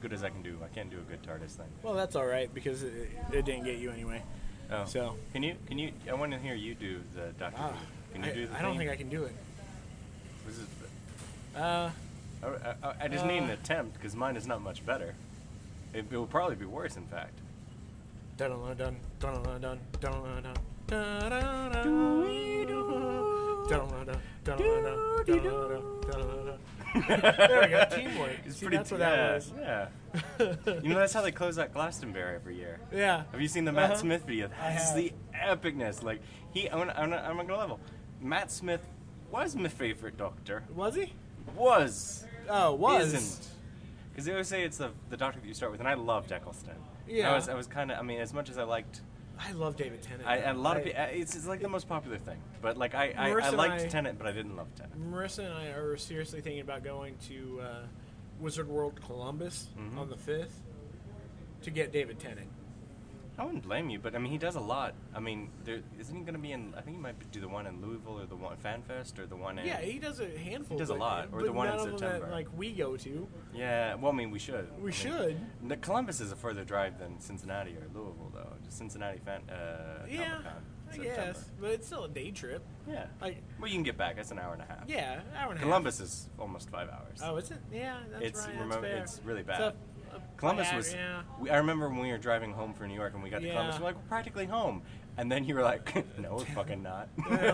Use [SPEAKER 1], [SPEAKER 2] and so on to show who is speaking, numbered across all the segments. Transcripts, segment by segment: [SPEAKER 1] good as I can do. I can't do a good TARDIS thing.
[SPEAKER 2] Well, that's all right because it, it didn't get you anyway.
[SPEAKER 1] Oh.
[SPEAKER 2] So-
[SPEAKER 1] can you can you? I want to hear you do the Doctor.
[SPEAKER 2] Ah,
[SPEAKER 1] Who. Can you
[SPEAKER 2] I,
[SPEAKER 1] do the?
[SPEAKER 2] I don't think I can do it.
[SPEAKER 1] This is,
[SPEAKER 2] Uh,
[SPEAKER 1] I, I, I just need an
[SPEAKER 2] Uh.
[SPEAKER 1] attempt because mine is not much better. It, it will probably be worse, in fact.
[SPEAKER 2] dun dun dun dun dun dun dun dun dun dun There we go, teamwork.
[SPEAKER 1] It's
[SPEAKER 2] See,
[SPEAKER 1] pretty.
[SPEAKER 2] that's what
[SPEAKER 1] yeah,
[SPEAKER 2] that
[SPEAKER 1] Yeah.
[SPEAKER 2] was.
[SPEAKER 1] You know that's how they close out Glastonbury every year.
[SPEAKER 2] yeah.
[SPEAKER 1] Have you seen the Matt
[SPEAKER 2] Uh-huh.
[SPEAKER 1] Smith video? That's
[SPEAKER 2] have.
[SPEAKER 1] the epicness. Like he, I'm gonna, I'm gonna, I'm gonna level. Matt Smith was my favorite Doctor.
[SPEAKER 2] Was he?
[SPEAKER 1] Was
[SPEAKER 2] Oh, was.
[SPEAKER 1] isn't. Because they always say it's the, the doctor that you start with, and I loved Eccleston.
[SPEAKER 2] Yeah.
[SPEAKER 1] I was, I was kind of, I mean, as much as I liked,
[SPEAKER 2] I love David Tennant.
[SPEAKER 1] I, a lot of
[SPEAKER 2] I-
[SPEAKER 1] people, it's, it's like the most popular thing. But like, I, I,
[SPEAKER 2] Marissa
[SPEAKER 1] I
[SPEAKER 2] and
[SPEAKER 1] liked
[SPEAKER 2] I-
[SPEAKER 1] Tennant, but I didn't love Tennant.
[SPEAKER 2] Marissa and I are seriously thinking about going to uh, Wizard World Columbus
[SPEAKER 1] Mhm.
[SPEAKER 2] on the fifth to get David Tennant.
[SPEAKER 1] I wouldn't blame you, but I mean, he does a lot. I mean, there, isn't he going to be in, I think he might do the one in Louisville or the one FanFest or the one in.
[SPEAKER 2] Yeah, he does a handful.
[SPEAKER 1] He does a
[SPEAKER 2] but-
[SPEAKER 1] lot, or
[SPEAKER 2] but
[SPEAKER 1] the one in
[SPEAKER 2] none of them
[SPEAKER 1] September.
[SPEAKER 2] That, like we go to,
[SPEAKER 1] Yeah, well, I mean, we should. I
[SPEAKER 2] we
[SPEAKER 1] mean,
[SPEAKER 2] should.
[SPEAKER 1] The Columbus is a further drive than Cincinnati or Louisville, though. Just Cincinnati fan, uh,
[SPEAKER 2] Yeah,
[SPEAKER 1] Comic-Con,
[SPEAKER 2] I
[SPEAKER 1] September.
[SPEAKER 2] guess, but it's still a day trip.
[SPEAKER 1] Yeah.
[SPEAKER 2] Like,
[SPEAKER 1] well, you can get back. That's an hour and a half.
[SPEAKER 2] yeah, hour and a half.
[SPEAKER 1] Columbus is almost five hours.
[SPEAKER 2] Oh, is it? Yeah, that's
[SPEAKER 1] It's
[SPEAKER 2] right.
[SPEAKER 1] remote-
[SPEAKER 2] that's fair.
[SPEAKER 1] it's really
[SPEAKER 2] It's
[SPEAKER 1] bad.
[SPEAKER 2] up- up
[SPEAKER 1] Columbus
[SPEAKER 2] by-
[SPEAKER 1] was.
[SPEAKER 2] Yeah.
[SPEAKER 1] We, I remember when we were driving home from New York and we got to
[SPEAKER 2] Yeah.
[SPEAKER 1] Columbus, we're like, we're practically home. And then you were like, no, we're fucking not.
[SPEAKER 2] They're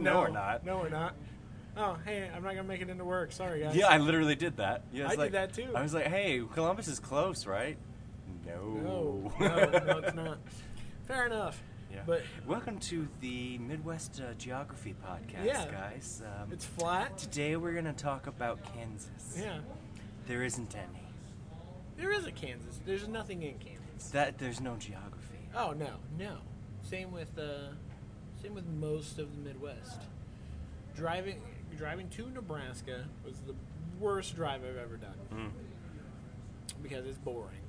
[SPEAKER 1] no, we're not.
[SPEAKER 2] No, we're not. Oh, hey, I'm not gonna make it into work. Sorry, guys.
[SPEAKER 1] Yeah, I literally did that. Yeah,
[SPEAKER 2] I
[SPEAKER 1] was
[SPEAKER 2] did
[SPEAKER 1] like-
[SPEAKER 2] that too.
[SPEAKER 1] I was like, hey, Columbus is close, right? No.
[SPEAKER 2] No, no, no, it's not. Fair enough.
[SPEAKER 1] Yeah.
[SPEAKER 2] But
[SPEAKER 1] Welcome to the Midwest uh, Geography Podcast,
[SPEAKER 2] Yeah.
[SPEAKER 1] guys. Um,
[SPEAKER 2] it's flat.
[SPEAKER 1] Today we're going to talk about Kansas.
[SPEAKER 2] Yeah.
[SPEAKER 1] There isn't any.
[SPEAKER 2] There is a Kansas. There's nothing in Kansas.
[SPEAKER 1] That There's no geography.
[SPEAKER 2] Oh no, no. Same with uh, same with most of the Midwest. Driving driving to Nebraska was the worst drive I've ever done
[SPEAKER 1] Mm.
[SPEAKER 2] because it's boring.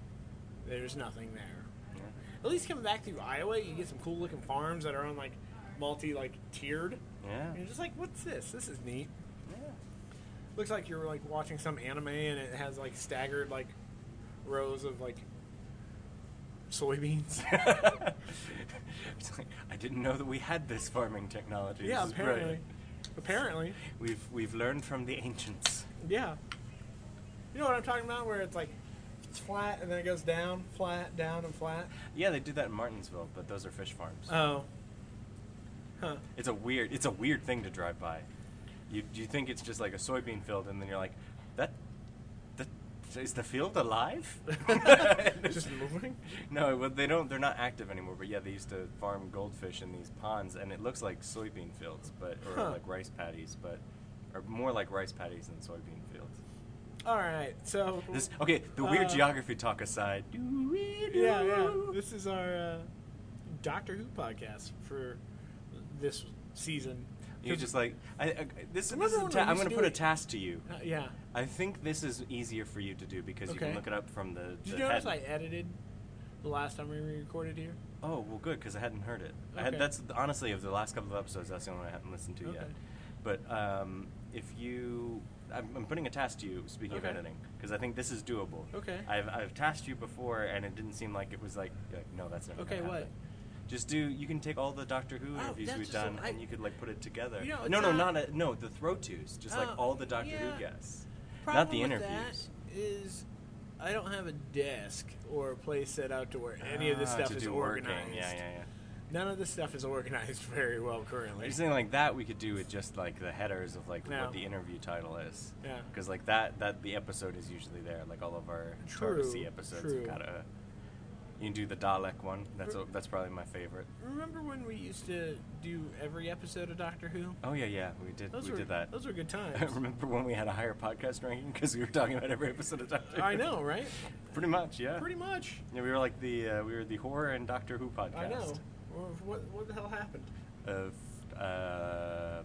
[SPEAKER 2] There's nothing there.
[SPEAKER 1] Yeah.
[SPEAKER 2] At least coming back through Iowa, you get some cool looking farms that are on like multi like tiered.
[SPEAKER 1] Yeah.
[SPEAKER 2] And you're just like, what's this? This is neat. Looks like you're like watching some anime and it has like staggered like rows of like soybeans.
[SPEAKER 1] It's like, I didn't know that we had this farming technology. This
[SPEAKER 2] yeah,
[SPEAKER 1] is
[SPEAKER 2] apparently.
[SPEAKER 1] brilliant.
[SPEAKER 2] Apparently.
[SPEAKER 1] We've we've learned from the ancients.
[SPEAKER 2] Yeah. You know what I'm talking about? Where it's like it's flat and then it goes down, flat, down, and flat.
[SPEAKER 1] Yeah, they do that in Martinsville, but those are fish farms.
[SPEAKER 2] Oh. Huh.
[SPEAKER 1] it's a weird it's a weird thing to drive by. You you think it's just like a soybean field, and then you're like, that that is the field alive?
[SPEAKER 2] Just moving?
[SPEAKER 1] No, well, they don't. They're not active anymore. But yeah, they used to farm goldfish in these ponds, and it looks like soybean fields, but or
[SPEAKER 2] Huh.
[SPEAKER 1] like rice paddies, but or more like rice paddies than soybean fields.
[SPEAKER 2] All right. So
[SPEAKER 1] This okay. The weird
[SPEAKER 2] Oh. Uh,
[SPEAKER 1] geography talk aside.
[SPEAKER 2] Yeah, yeah. This is our uh, Doctor Who podcast for this season.
[SPEAKER 1] You're just like I, I, this. this
[SPEAKER 2] Remember
[SPEAKER 1] is a
[SPEAKER 2] when
[SPEAKER 1] ta- I'm
[SPEAKER 2] we used
[SPEAKER 1] going to
[SPEAKER 2] to do
[SPEAKER 1] put a
[SPEAKER 2] it?
[SPEAKER 1] task to you.
[SPEAKER 2] Uh, yeah.
[SPEAKER 1] I think this is easier for you to do because you
[SPEAKER 2] Okay.
[SPEAKER 1] can look it up from the.
[SPEAKER 2] Did you
[SPEAKER 1] the
[SPEAKER 2] notice I
[SPEAKER 1] head.
[SPEAKER 2] edited the last time we recorded here?
[SPEAKER 1] Oh well, good because I hadn't heard it. I had,
[SPEAKER 2] Okay.
[SPEAKER 1] that's honestly of the last couple of episodes. That's the only one I haven't listened to yet.
[SPEAKER 2] Okay.
[SPEAKER 1] But um, if you, I'm, I'm putting a task to you. Speaking
[SPEAKER 2] Okay.
[SPEAKER 1] of editing, because I think this is doable.
[SPEAKER 2] Okay.
[SPEAKER 1] I've I've tasked you before, and it didn't seem like it was like, you're like no, that's never.
[SPEAKER 2] Okay,
[SPEAKER 1] gonna
[SPEAKER 2] what?
[SPEAKER 1] happen. Just do. You can take all the Doctor Who
[SPEAKER 2] Oh,
[SPEAKER 1] interviews
[SPEAKER 2] that's
[SPEAKER 1] we've
[SPEAKER 2] just a-
[SPEAKER 1] done,
[SPEAKER 2] I-
[SPEAKER 1] and you could like put it together.
[SPEAKER 2] You know, it's
[SPEAKER 1] no, no,
[SPEAKER 2] not-
[SPEAKER 1] not a, no. The throw twos, just
[SPEAKER 2] Oh,
[SPEAKER 1] like all the Doctor
[SPEAKER 2] yeah.
[SPEAKER 1] Who guests,
[SPEAKER 2] Problem
[SPEAKER 1] not the
[SPEAKER 2] with
[SPEAKER 1] interviews.
[SPEAKER 2] That is, I don't have a desk or a place set out to where any of this
[SPEAKER 1] Ah,
[SPEAKER 2] stuff
[SPEAKER 1] to
[SPEAKER 2] is
[SPEAKER 1] do
[SPEAKER 2] organized.
[SPEAKER 1] Working. Yeah, yeah, yeah.
[SPEAKER 2] None of this stuff is organized very well currently.
[SPEAKER 1] Like something like that we could do with just like the headers of like
[SPEAKER 2] No.
[SPEAKER 1] what the interview title is.
[SPEAKER 2] Yeah.
[SPEAKER 1] Because like that that the episode is usually there. Like all of our
[SPEAKER 2] True,
[SPEAKER 1] Tarvisy episodes
[SPEAKER 2] true.
[SPEAKER 1] have got a. You can do the Dalek one. That's a, that's probably my favorite.
[SPEAKER 2] Remember when we used to do every episode of Doctor Who?
[SPEAKER 1] Oh yeah, yeah, we did
[SPEAKER 2] Those
[SPEAKER 1] we
[SPEAKER 2] were
[SPEAKER 1] did that.
[SPEAKER 2] those were good times.
[SPEAKER 1] I remember when we had a higher podcast ranking because we were talking about every episode of Doctor. Who.
[SPEAKER 2] I know, right?
[SPEAKER 1] Pretty much, yeah.
[SPEAKER 2] Pretty much.
[SPEAKER 1] yeah, we were like the uh, we were the horror and Doctor Who podcast.
[SPEAKER 2] I know. Wh- What, what the hell happened?
[SPEAKER 1] Of uh,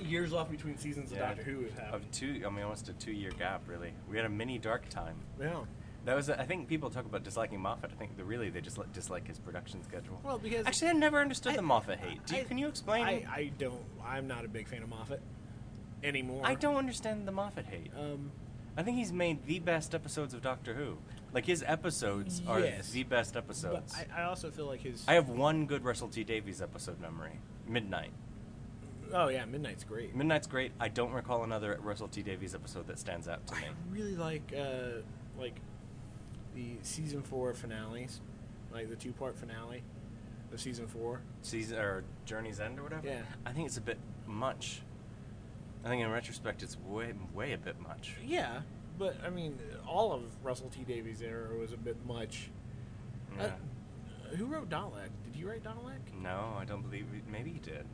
[SPEAKER 2] Years off between seasons
[SPEAKER 1] yeah,
[SPEAKER 2] of Doctor Who has happened.
[SPEAKER 1] of two. I mean, almost a two year gap. Really, we had a mini dark time.
[SPEAKER 2] Yeah.
[SPEAKER 1] That was, I think, people talk about disliking Moffat. I think that really they just li- dislike his production schedule.
[SPEAKER 2] Well, because
[SPEAKER 1] Actually, I never understood
[SPEAKER 2] I-
[SPEAKER 1] the Moffat hate. Do you,
[SPEAKER 2] I-
[SPEAKER 1] can you explain?
[SPEAKER 2] I, I don't. I'm not a big fan of Moffat anymore.
[SPEAKER 1] I don't understand the Moffat hate.
[SPEAKER 2] Um,
[SPEAKER 1] I I think he's made the best episodes of Doctor Who. Like his episodes are
[SPEAKER 2] Yes.
[SPEAKER 1] the best
[SPEAKER 2] But
[SPEAKER 1] episodes.
[SPEAKER 2] I, I also feel like his.
[SPEAKER 1] I have one good Russell T Davies episode memory. Midnight.
[SPEAKER 2] oh yeah, Midnight's great.
[SPEAKER 1] Midnight's great. I don't recall another Russell T Davies episode that stands out to me.
[SPEAKER 2] I really like uh, like the season four finales, like the two part finale of season four.
[SPEAKER 1] Season or Journey's End or whatever.
[SPEAKER 2] Yeah.
[SPEAKER 1] I think it's a bit much. I think in retrospect, it's way, way a bit much.
[SPEAKER 2] Yeah, but I mean, all of Russell T Davies' era was a bit much.
[SPEAKER 1] Yeah.
[SPEAKER 2] Uh, who wrote Dalek? Did you write Dalek?
[SPEAKER 1] no, I don't believe. It. Maybe he did.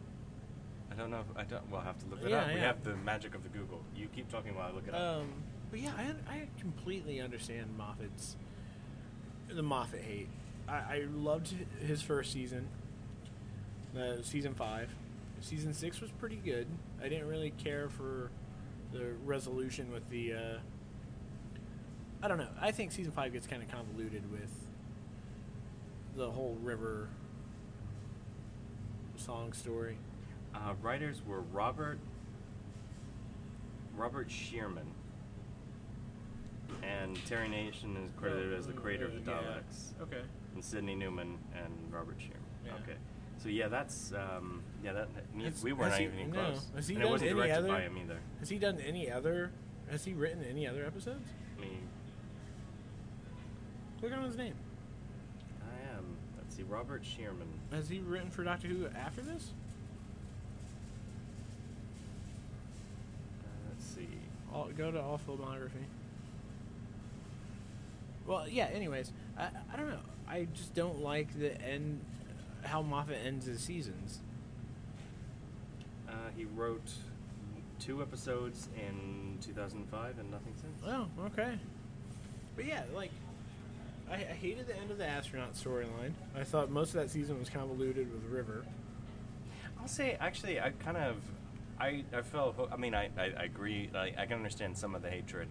[SPEAKER 1] I don't know. If, I don't. We'll have to look it
[SPEAKER 2] Yeah,
[SPEAKER 1] up. We
[SPEAKER 2] yeah.
[SPEAKER 1] have the magic of the Google. You keep talking while I look it up.
[SPEAKER 2] Um, but yeah, I, I completely understand Moffat's the Moffat hate. I, I loved his first season, uh, season five. Season six was pretty good. I didn't really care for the resolution with the. Uh, I don't know. I think season five gets kind of convoluted with the whole river song story.
[SPEAKER 1] Uh, writers were Robert Robert Shearman, and Terry Nation is credited as the creator of the
[SPEAKER 2] Oh, Yeah.
[SPEAKER 1] Daleks,
[SPEAKER 2] Okay.
[SPEAKER 1] and Sidney Newman and Robert Shearman.
[SPEAKER 2] Yeah.
[SPEAKER 1] Okay, so yeah, that's um, yeah that me,
[SPEAKER 2] Has-
[SPEAKER 1] we weren't
[SPEAKER 2] has he-
[SPEAKER 1] even
[SPEAKER 2] no.
[SPEAKER 1] close,
[SPEAKER 2] Has he
[SPEAKER 1] and it
[SPEAKER 2] done
[SPEAKER 1] wasn't
[SPEAKER 2] any
[SPEAKER 1] directed
[SPEAKER 2] other-
[SPEAKER 1] by him either.
[SPEAKER 2] Has he done any other? Has he written any other episodes?
[SPEAKER 1] I mean,
[SPEAKER 2] Click on his name.
[SPEAKER 1] I am. Let's see, Robert Shearman.
[SPEAKER 2] Has he written for Doctor Who after this?
[SPEAKER 1] Uh, let's see.
[SPEAKER 2] All, go to all filmography. Well, yeah. Anyways, I, I don't know. I just don't like the end, how Moffat ends his seasons.
[SPEAKER 1] Uh, he wrote two episodes in 2005 and nothing since.
[SPEAKER 2] Oh, okay. But yeah, like, I, I hated the end of the astronaut storyline. I thought most of that season was convoluted with River.
[SPEAKER 1] I'll say, actually, I kind of, I, I felt, hoo- I mean, I, I, I agree, I, I can understand some of the hatred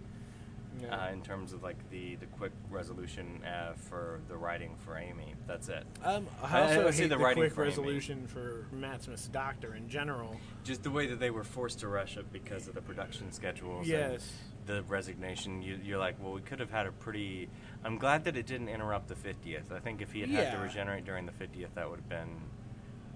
[SPEAKER 1] uh, in terms of like the, the quick resolution uh, for the writing for Amy. That's it.
[SPEAKER 2] Um,
[SPEAKER 1] I-
[SPEAKER 2] I
[SPEAKER 1] I
[SPEAKER 2] also
[SPEAKER 1] would say
[SPEAKER 2] hate
[SPEAKER 1] the
[SPEAKER 2] the,
[SPEAKER 1] writing
[SPEAKER 2] quick
[SPEAKER 1] for Amy.
[SPEAKER 2] resolution for Matt Smith's Doctor in general.
[SPEAKER 1] Just the way that they were forced to rush it because of the production schedules. and
[SPEAKER 2] Yes.
[SPEAKER 1] The resignation, you, you're like, well, we could have had a pretty. I'm glad that it didn't interrupt the 50th. I think if he had had to
[SPEAKER 2] Yeah.
[SPEAKER 1] regenerate during the 50th, that would have been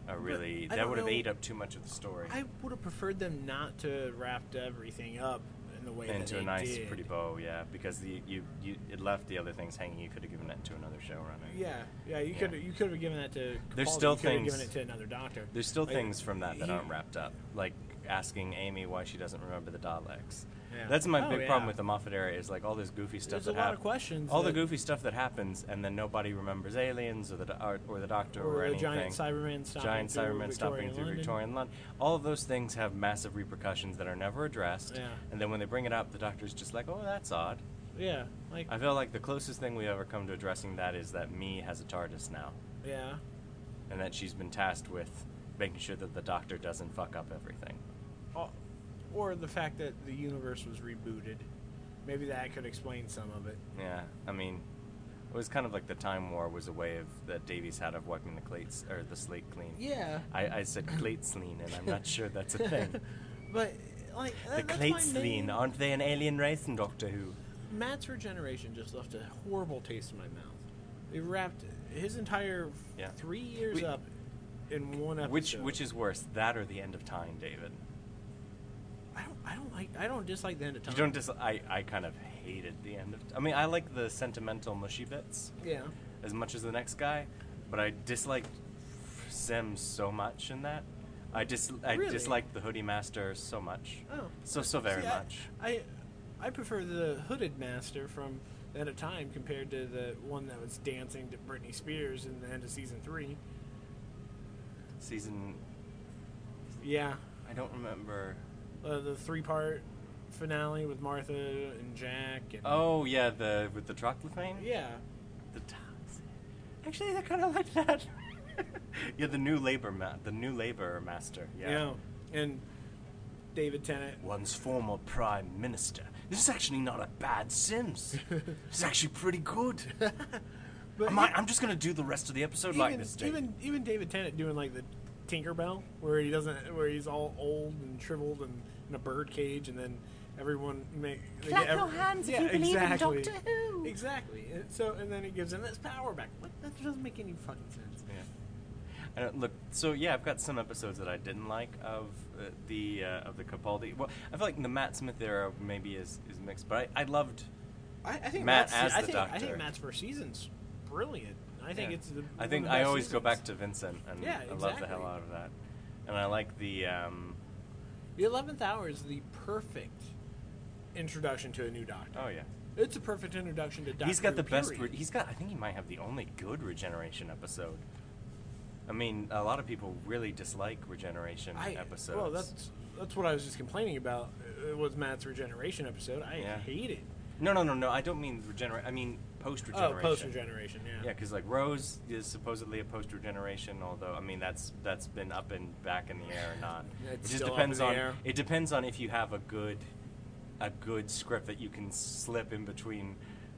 [SPEAKER 1] a really.
[SPEAKER 2] I
[SPEAKER 1] That
[SPEAKER 2] don't
[SPEAKER 1] would have
[SPEAKER 2] know-
[SPEAKER 1] ate up too much of the story
[SPEAKER 2] I would have preferred them not to wrap everything up in the way that
[SPEAKER 1] into
[SPEAKER 2] they
[SPEAKER 1] a nice,
[SPEAKER 2] did.
[SPEAKER 1] pretty bow. Yeah, because the, you you it left the other things hanging. You could have given it to another showrunner.
[SPEAKER 2] Yeah, yeah. You
[SPEAKER 1] Yeah.
[SPEAKER 2] could you could have given that to.
[SPEAKER 1] There's
[SPEAKER 2] Capaldi,
[SPEAKER 1] still
[SPEAKER 2] you could have
[SPEAKER 1] things-
[SPEAKER 2] given it to another doctor.
[SPEAKER 1] There's still
[SPEAKER 2] Like,
[SPEAKER 1] things from that that
[SPEAKER 2] he-
[SPEAKER 1] aren't wrapped up, like asking Amy why she doesn't remember the Daleks.
[SPEAKER 2] Yeah.
[SPEAKER 1] That's my
[SPEAKER 2] Oh,
[SPEAKER 1] big
[SPEAKER 2] yeah.
[SPEAKER 1] problem with the Moffat era is like all this goofy stuff
[SPEAKER 2] There's
[SPEAKER 1] that
[SPEAKER 2] a lot of
[SPEAKER 1] hap-
[SPEAKER 2] questions
[SPEAKER 1] All the
[SPEAKER 2] that-
[SPEAKER 1] goofy stuff that happens, and then nobody remembers aliens or the do- or, or the Doctor or,
[SPEAKER 2] Or the
[SPEAKER 1] anything.
[SPEAKER 2] giant Cyberman stomping
[SPEAKER 1] Giant
[SPEAKER 2] through
[SPEAKER 1] Cyberman stomping
[SPEAKER 2] Victorian
[SPEAKER 1] through
[SPEAKER 2] London.
[SPEAKER 1] Victorian London. All of those things have massive repercussions that are never addressed.
[SPEAKER 2] Yeah.
[SPEAKER 1] And then when they bring it up, the Doctor's just like, "Oh, that's odd."
[SPEAKER 2] Yeah, like
[SPEAKER 1] I feel like the closest thing we ever come to addressing that is that Me has a TARDIS now,
[SPEAKER 2] yeah,
[SPEAKER 1] and that she's been tasked with making sure that the Doctor doesn't fuck up everything.
[SPEAKER 2] Al- or the fact that the universe was rebooted. Maybe that could explain some of it.
[SPEAKER 1] Yeah, I mean, it was kind of like the Time War was a way of that Davies had of wiping the cleats or the slate clean.
[SPEAKER 2] Yeah.
[SPEAKER 1] I, I said cleats lean, and I'm not sure that's a thing.
[SPEAKER 2] but like
[SPEAKER 1] the
[SPEAKER 2] that, that's my
[SPEAKER 1] cleats lean,
[SPEAKER 2] main-
[SPEAKER 1] aren't they an alien race in Doctor Who?
[SPEAKER 2] Matt's regeneration just left a horrible taste in my mouth. It wrapped his entire f-
[SPEAKER 1] Yeah.
[SPEAKER 2] three years
[SPEAKER 1] We-
[SPEAKER 2] up in one episode.
[SPEAKER 1] Which which is worse, that or the end of time, David?
[SPEAKER 2] I don't I don't like I don't dislike the end of time.
[SPEAKER 1] You don't dis- I I kind of hated the end of. I mean, I like the sentimental mushy bits
[SPEAKER 2] Yeah.
[SPEAKER 1] as much as the next guy, but I disliked Sim so much in that. I dis I
[SPEAKER 2] Really?
[SPEAKER 1] disliked the Hoodie Master so much,
[SPEAKER 2] Oh.
[SPEAKER 1] so so very
[SPEAKER 2] See, I-
[SPEAKER 1] much.
[SPEAKER 2] I I prefer the hooded master from the end of time compared to the one that was dancing to Britney Spears in the end of season three.
[SPEAKER 1] Season,
[SPEAKER 2] Yeah.
[SPEAKER 1] I don't remember.
[SPEAKER 2] Uh, the three part finale with Martha and Jack and
[SPEAKER 1] Oh yeah, the with the troclophane.
[SPEAKER 2] Yeah.
[SPEAKER 1] The toxic. Actually, I kind of like that. yeah, the new labor ma- the new labor master. Yeah.
[SPEAKER 2] You know, and David Tennant
[SPEAKER 1] One's former prime minister. This is actually not a bad Sims. it's actually pretty good.
[SPEAKER 2] But e-
[SPEAKER 1] Am I, am just gonna do the rest of the episode like
[SPEAKER 2] even,
[SPEAKER 1] this. Dave.
[SPEAKER 2] even even David Tennant doing like the Tinkerbell where he doesn't where he's all old and shriveled and in a bird cage and then everyone make they
[SPEAKER 3] Clap
[SPEAKER 2] get
[SPEAKER 3] your
[SPEAKER 2] every-
[SPEAKER 3] hands if
[SPEAKER 2] Yeah,
[SPEAKER 3] you believe
[SPEAKER 2] exactly.
[SPEAKER 3] in Doctor Who.
[SPEAKER 2] Exactly. And So and then it gives him his power back. What? That doesn't make any fucking sense.
[SPEAKER 1] Yeah. I don't- look, so yeah, I've got some episodes that I didn't like of uh, the uh, of the Capaldi. Well, I feel like the Matt Smith era maybe is, is mixed, but I, I loved.
[SPEAKER 2] I, I think
[SPEAKER 1] Matt as
[SPEAKER 2] Matt's, I
[SPEAKER 1] the
[SPEAKER 2] think, I think
[SPEAKER 1] Doctor.
[SPEAKER 2] Matt's first season's brilliant. I think
[SPEAKER 1] yeah.
[SPEAKER 2] it's. The,
[SPEAKER 1] I think
[SPEAKER 2] one of the
[SPEAKER 1] I
[SPEAKER 2] best
[SPEAKER 1] always go
[SPEAKER 2] seasons.
[SPEAKER 1] back to Vincent, and
[SPEAKER 2] Yeah,
[SPEAKER 1] I love the hell
[SPEAKER 2] exactly.
[SPEAKER 1] out of that. And I like the um,
[SPEAKER 2] The eleventh hour is the perfect introduction to a new Doctor.
[SPEAKER 1] oh yeah,
[SPEAKER 2] It's a perfect introduction to Doctor.
[SPEAKER 1] he's got
[SPEAKER 2] Who,
[SPEAKER 1] the best. Re-
[SPEAKER 2] period.
[SPEAKER 1] he's got. I think he might have the only good regeneration episode. I mean, a lot of people really dislike regeneration
[SPEAKER 2] I,
[SPEAKER 1] episodes.
[SPEAKER 2] Well, that's that's what I was just complaining about. It was Matt's regeneration episode. I
[SPEAKER 1] Yeah.
[SPEAKER 2] hate it.
[SPEAKER 1] no, no, no, no. I don't mean regenerate. I mean post regeneration.
[SPEAKER 2] Oh, post regeneration.
[SPEAKER 1] Yeah, because like Rose is supposedly a post regeneration, although I mean that's that's been up and back in the air or not.
[SPEAKER 2] It's
[SPEAKER 1] it just
[SPEAKER 2] still up
[SPEAKER 1] depends
[SPEAKER 2] in the
[SPEAKER 1] on
[SPEAKER 2] air.
[SPEAKER 1] it depends on if you have a good a good script that you can slip in between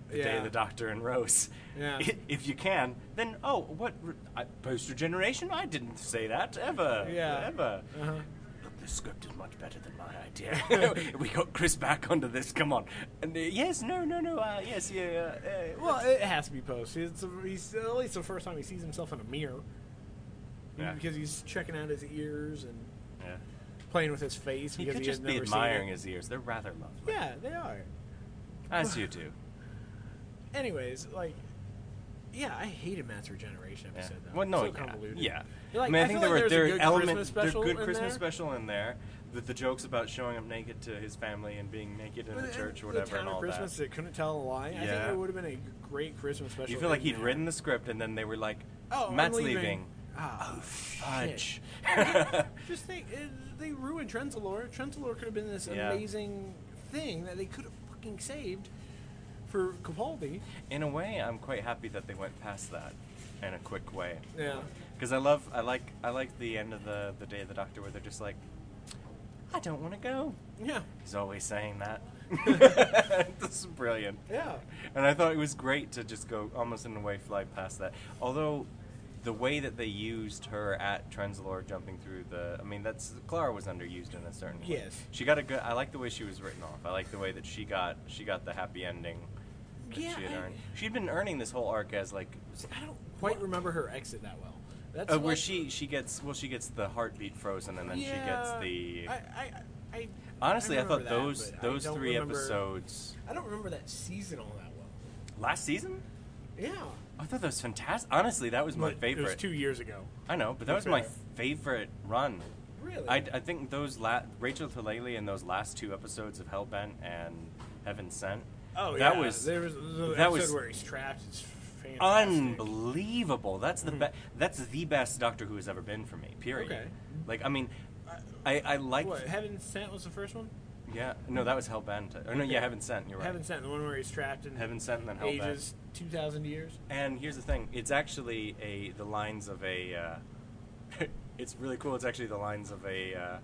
[SPEAKER 1] the day
[SPEAKER 2] Yeah.
[SPEAKER 1] of the Doctor and Rose.
[SPEAKER 2] Yeah.
[SPEAKER 1] I- If you can, then oh, what re- I, post regeneration? I didn't say that ever.
[SPEAKER 2] Yeah.
[SPEAKER 1] ever.
[SPEAKER 2] Uh-huh.
[SPEAKER 1] Look, the script is much better than my idea. we got Chris back onto this. Come on. And, uh, yes, no, no, no. Uh, yes, yeah. Uh, uh,
[SPEAKER 2] Well, it has to be post. It's he's at least the first time he sees himself in a mirror.
[SPEAKER 1] Yeah.
[SPEAKER 2] Because he's checking out his ears and
[SPEAKER 1] yeah.
[SPEAKER 2] playing with his face.
[SPEAKER 1] He
[SPEAKER 2] because
[SPEAKER 1] could
[SPEAKER 2] he
[SPEAKER 1] just
[SPEAKER 2] had
[SPEAKER 1] be
[SPEAKER 2] never
[SPEAKER 1] admiring
[SPEAKER 2] seen it.
[SPEAKER 1] his ears. They're rather lovely.
[SPEAKER 2] Yeah, they are.
[SPEAKER 1] As you do.
[SPEAKER 2] Anyways, like, yeah, I hated Matt's regeneration
[SPEAKER 1] Yeah.
[SPEAKER 2] episode. Though.
[SPEAKER 1] Well, no,
[SPEAKER 2] so
[SPEAKER 1] yeah.
[SPEAKER 2] convoluted.
[SPEAKER 1] Yeah.
[SPEAKER 2] Like,
[SPEAKER 1] I mean, I,
[SPEAKER 2] I
[SPEAKER 1] think there
[SPEAKER 2] feel like
[SPEAKER 1] were
[SPEAKER 2] there's a
[SPEAKER 1] there
[SPEAKER 2] good
[SPEAKER 1] are
[SPEAKER 2] Christmas
[SPEAKER 1] elements, there's
[SPEAKER 2] special
[SPEAKER 1] good
[SPEAKER 2] in
[SPEAKER 1] Christmas
[SPEAKER 2] there.
[SPEAKER 1] special in there. The, the jokes about showing up naked to his family and being naked in
[SPEAKER 2] But
[SPEAKER 1] the
[SPEAKER 2] it-
[SPEAKER 1] church or
[SPEAKER 2] the
[SPEAKER 1] whatever
[SPEAKER 2] town
[SPEAKER 1] and
[SPEAKER 2] of
[SPEAKER 1] all
[SPEAKER 2] Christmas
[SPEAKER 1] that.
[SPEAKER 2] that couldn't tell a lie. I
[SPEAKER 1] Yeah.
[SPEAKER 2] think it would have been a great Christmas special.
[SPEAKER 1] You feel like
[SPEAKER 2] in
[SPEAKER 1] he'd
[SPEAKER 2] there.
[SPEAKER 1] written the script and then they were like,
[SPEAKER 2] Oh, I'm
[SPEAKER 1] Matt's
[SPEAKER 2] leaving."
[SPEAKER 1] leaving.
[SPEAKER 2] Ah,
[SPEAKER 1] Oh, fudge.
[SPEAKER 2] Just think, it, they ruined Trenzalore. Trenzalore could have been this
[SPEAKER 1] Yeah.
[SPEAKER 2] amazing thing that they could have fucking saved for Capaldi.
[SPEAKER 1] in a way, I'm quite happy that they went past that in a quick way.
[SPEAKER 2] Yeah.
[SPEAKER 1] Because I love, I like, I like the end of the the day of the Doctor where they're just like, I don't want to go.
[SPEAKER 2] Yeah.
[SPEAKER 1] He's always saying that. this is brilliant.
[SPEAKER 2] Yeah.
[SPEAKER 1] And I thought it was great to just go almost in a way fly past that. Although the way that they used her at Trenzalore jumping through the I mean that's Clara was underused in a certain way.
[SPEAKER 2] Yes.
[SPEAKER 1] She got a good I like the way she was written off. I like the way that she got she got the happy ending that
[SPEAKER 2] Yeah,
[SPEAKER 1] she had
[SPEAKER 2] I-
[SPEAKER 1] earned. She'd been earning this whole arc as like
[SPEAKER 2] I don't quite remember her exit that well. That's
[SPEAKER 1] uh,
[SPEAKER 2] like-
[SPEAKER 1] where she she gets well she gets the heartbeat frozen and then
[SPEAKER 2] Yeah,
[SPEAKER 1] she gets the
[SPEAKER 2] I, I, I,
[SPEAKER 1] Honestly, I, thought
[SPEAKER 2] remember that,
[SPEAKER 1] those
[SPEAKER 2] but I
[SPEAKER 1] those
[SPEAKER 2] don't
[SPEAKER 1] three
[SPEAKER 2] remember-
[SPEAKER 1] episodes
[SPEAKER 2] I don't remember that season all that well.
[SPEAKER 1] last season
[SPEAKER 2] Yeah.
[SPEAKER 1] I thought that was fantastic. Honestly, that was my
[SPEAKER 2] But
[SPEAKER 1] favorite.
[SPEAKER 2] It was two years ago.
[SPEAKER 1] I know, but that
[SPEAKER 2] My
[SPEAKER 1] was my
[SPEAKER 2] favorite.
[SPEAKER 1] favorite run.
[SPEAKER 2] Really?
[SPEAKER 1] I, I think those la- Rachel Tlalele and those last two episodes of Hellbent and Heaven Sent.
[SPEAKER 2] oh
[SPEAKER 1] that
[SPEAKER 2] yeah.
[SPEAKER 1] was
[SPEAKER 2] there was the
[SPEAKER 1] that
[SPEAKER 2] episode
[SPEAKER 1] was
[SPEAKER 2] where he's trapped. It's fantastic.
[SPEAKER 1] unbelievable. That's the best. That's the best Doctor Who has ever been for me. Period.
[SPEAKER 2] Mm-hmm. Okay.
[SPEAKER 1] Like I mean, I I like
[SPEAKER 2] What, Heaven Sent was the first one.
[SPEAKER 1] yeah. No, that was Hellbent. Or no,
[SPEAKER 2] Okay.
[SPEAKER 1] yeah, Heaven Sent. You're right.
[SPEAKER 2] Heaven Sent, the one where he's trapped in
[SPEAKER 1] Heaven Sent and then Hellbent.
[SPEAKER 2] ages two thousand years.
[SPEAKER 1] And here's the thing: it's actually a the lines of a. Uh, it's really cool. It's actually the lines of a. Uh,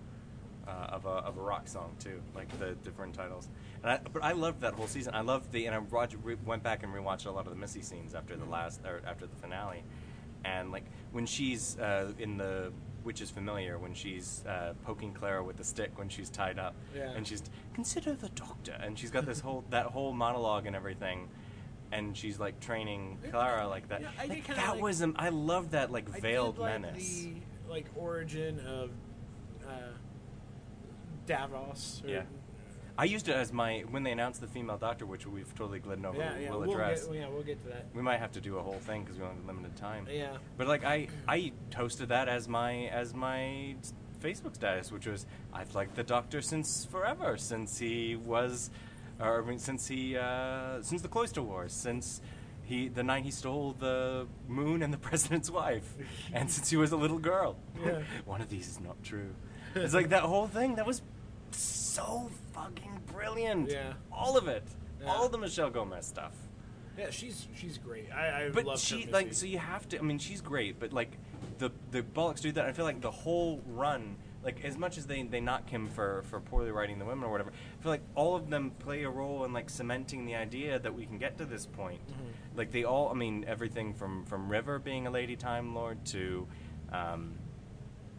[SPEAKER 1] uh, of, a, of a rock song too, like the different titles, and I, but I loved that whole season. I loved the and I watched, re- went back and rewatched a lot of the Missy scenes after the last or after the finale, and like when she's uh, in the which is familiar when she's uh, poking Clara with the stick when she's tied up,
[SPEAKER 2] Yeah.
[SPEAKER 1] and she's consider the doctor, and she's got this whole that whole monologue and everything, and she's like training Clara like that.
[SPEAKER 2] Yeah, I did
[SPEAKER 1] Like,
[SPEAKER 2] kinda
[SPEAKER 1] that
[SPEAKER 2] like-
[SPEAKER 1] was am- I love that like
[SPEAKER 2] I
[SPEAKER 1] veiled
[SPEAKER 2] did like
[SPEAKER 1] menace.
[SPEAKER 2] The like origin of uh, Davos. Or,
[SPEAKER 1] Yeah. I used it as my when they announced the female doctor, which we've totally glidden over.
[SPEAKER 2] yeah,
[SPEAKER 1] we-
[SPEAKER 2] yeah.
[SPEAKER 1] we'll
[SPEAKER 2] We'll
[SPEAKER 1] address.
[SPEAKER 2] get, yeah, we'll get to that.
[SPEAKER 1] we might have to do a whole thing because we only have limited time.
[SPEAKER 2] Yeah.
[SPEAKER 1] But like I, I toasted that as my as my s- Facebook status, which was I've liked the Doctor since forever, since he was, or I mean, since he uh, since the Cloister Wars, since he the night he stole the moon and the president's wife, and since he was a little girl.
[SPEAKER 2] Yeah.
[SPEAKER 1] One of these is not true. It's like that whole thing that was so fucking brilliant.
[SPEAKER 2] Yeah.
[SPEAKER 1] All of it,
[SPEAKER 2] Yeah.
[SPEAKER 1] all the Michelle Gomez stuff
[SPEAKER 2] Yeah, she's she's great. I, I
[SPEAKER 1] but
[SPEAKER 2] love
[SPEAKER 1] she
[SPEAKER 2] her
[SPEAKER 1] like
[SPEAKER 2] Missy.
[SPEAKER 1] so you have to i mean she's great but like the the bollocks do that i feel like the whole run like as much as they they knock him for for poorly writing the women or whatever i feel like all of them play a role in like cementing the idea that we can get to this point like they all i mean everything from from river being a lady time lord to um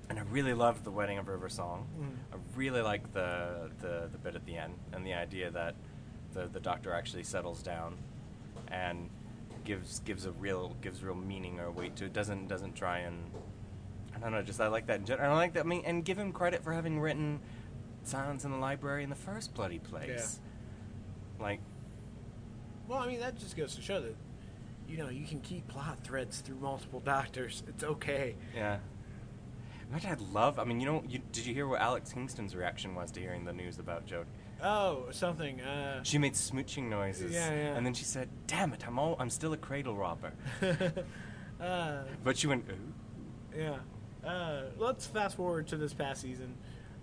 [SPEAKER 1] and I really loved the Wedding of River song.
[SPEAKER 2] Mhm.
[SPEAKER 1] I really like the, the the bit at the end and the idea that the the doctor actually settles down and gives gives a real gives real meaning or weight to it. Doesn't doesn't try and I don't know. Just I like that in general. I like that. I mean, and give him credit for having written Silence in the Library in the first bloody place. Like
[SPEAKER 2] Well, I mean that just goes to show that you know you can keep plot threads through multiple doctors. It's okay.
[SPEAKER 1] yeah. Imagine I'd love. I mean, you know, you, did you hear what Alex Kingston's reaction was to hearing the news about Joe?
[SPEAKER 2] Oh, something. Uh,
[SPEAKER 1] She made smooching noises.
[SPEAKER 2] Yeah, yeah.
[SPEAKER 1] And then she said, "Damn it, I'm all, I'm still a cradle robber."
[SPEAKER 2] uh,
[SPEAKER 1] But she went, "Ooh."
[SPEAKER 2] yeah. Uh, let's fast forward to this past season.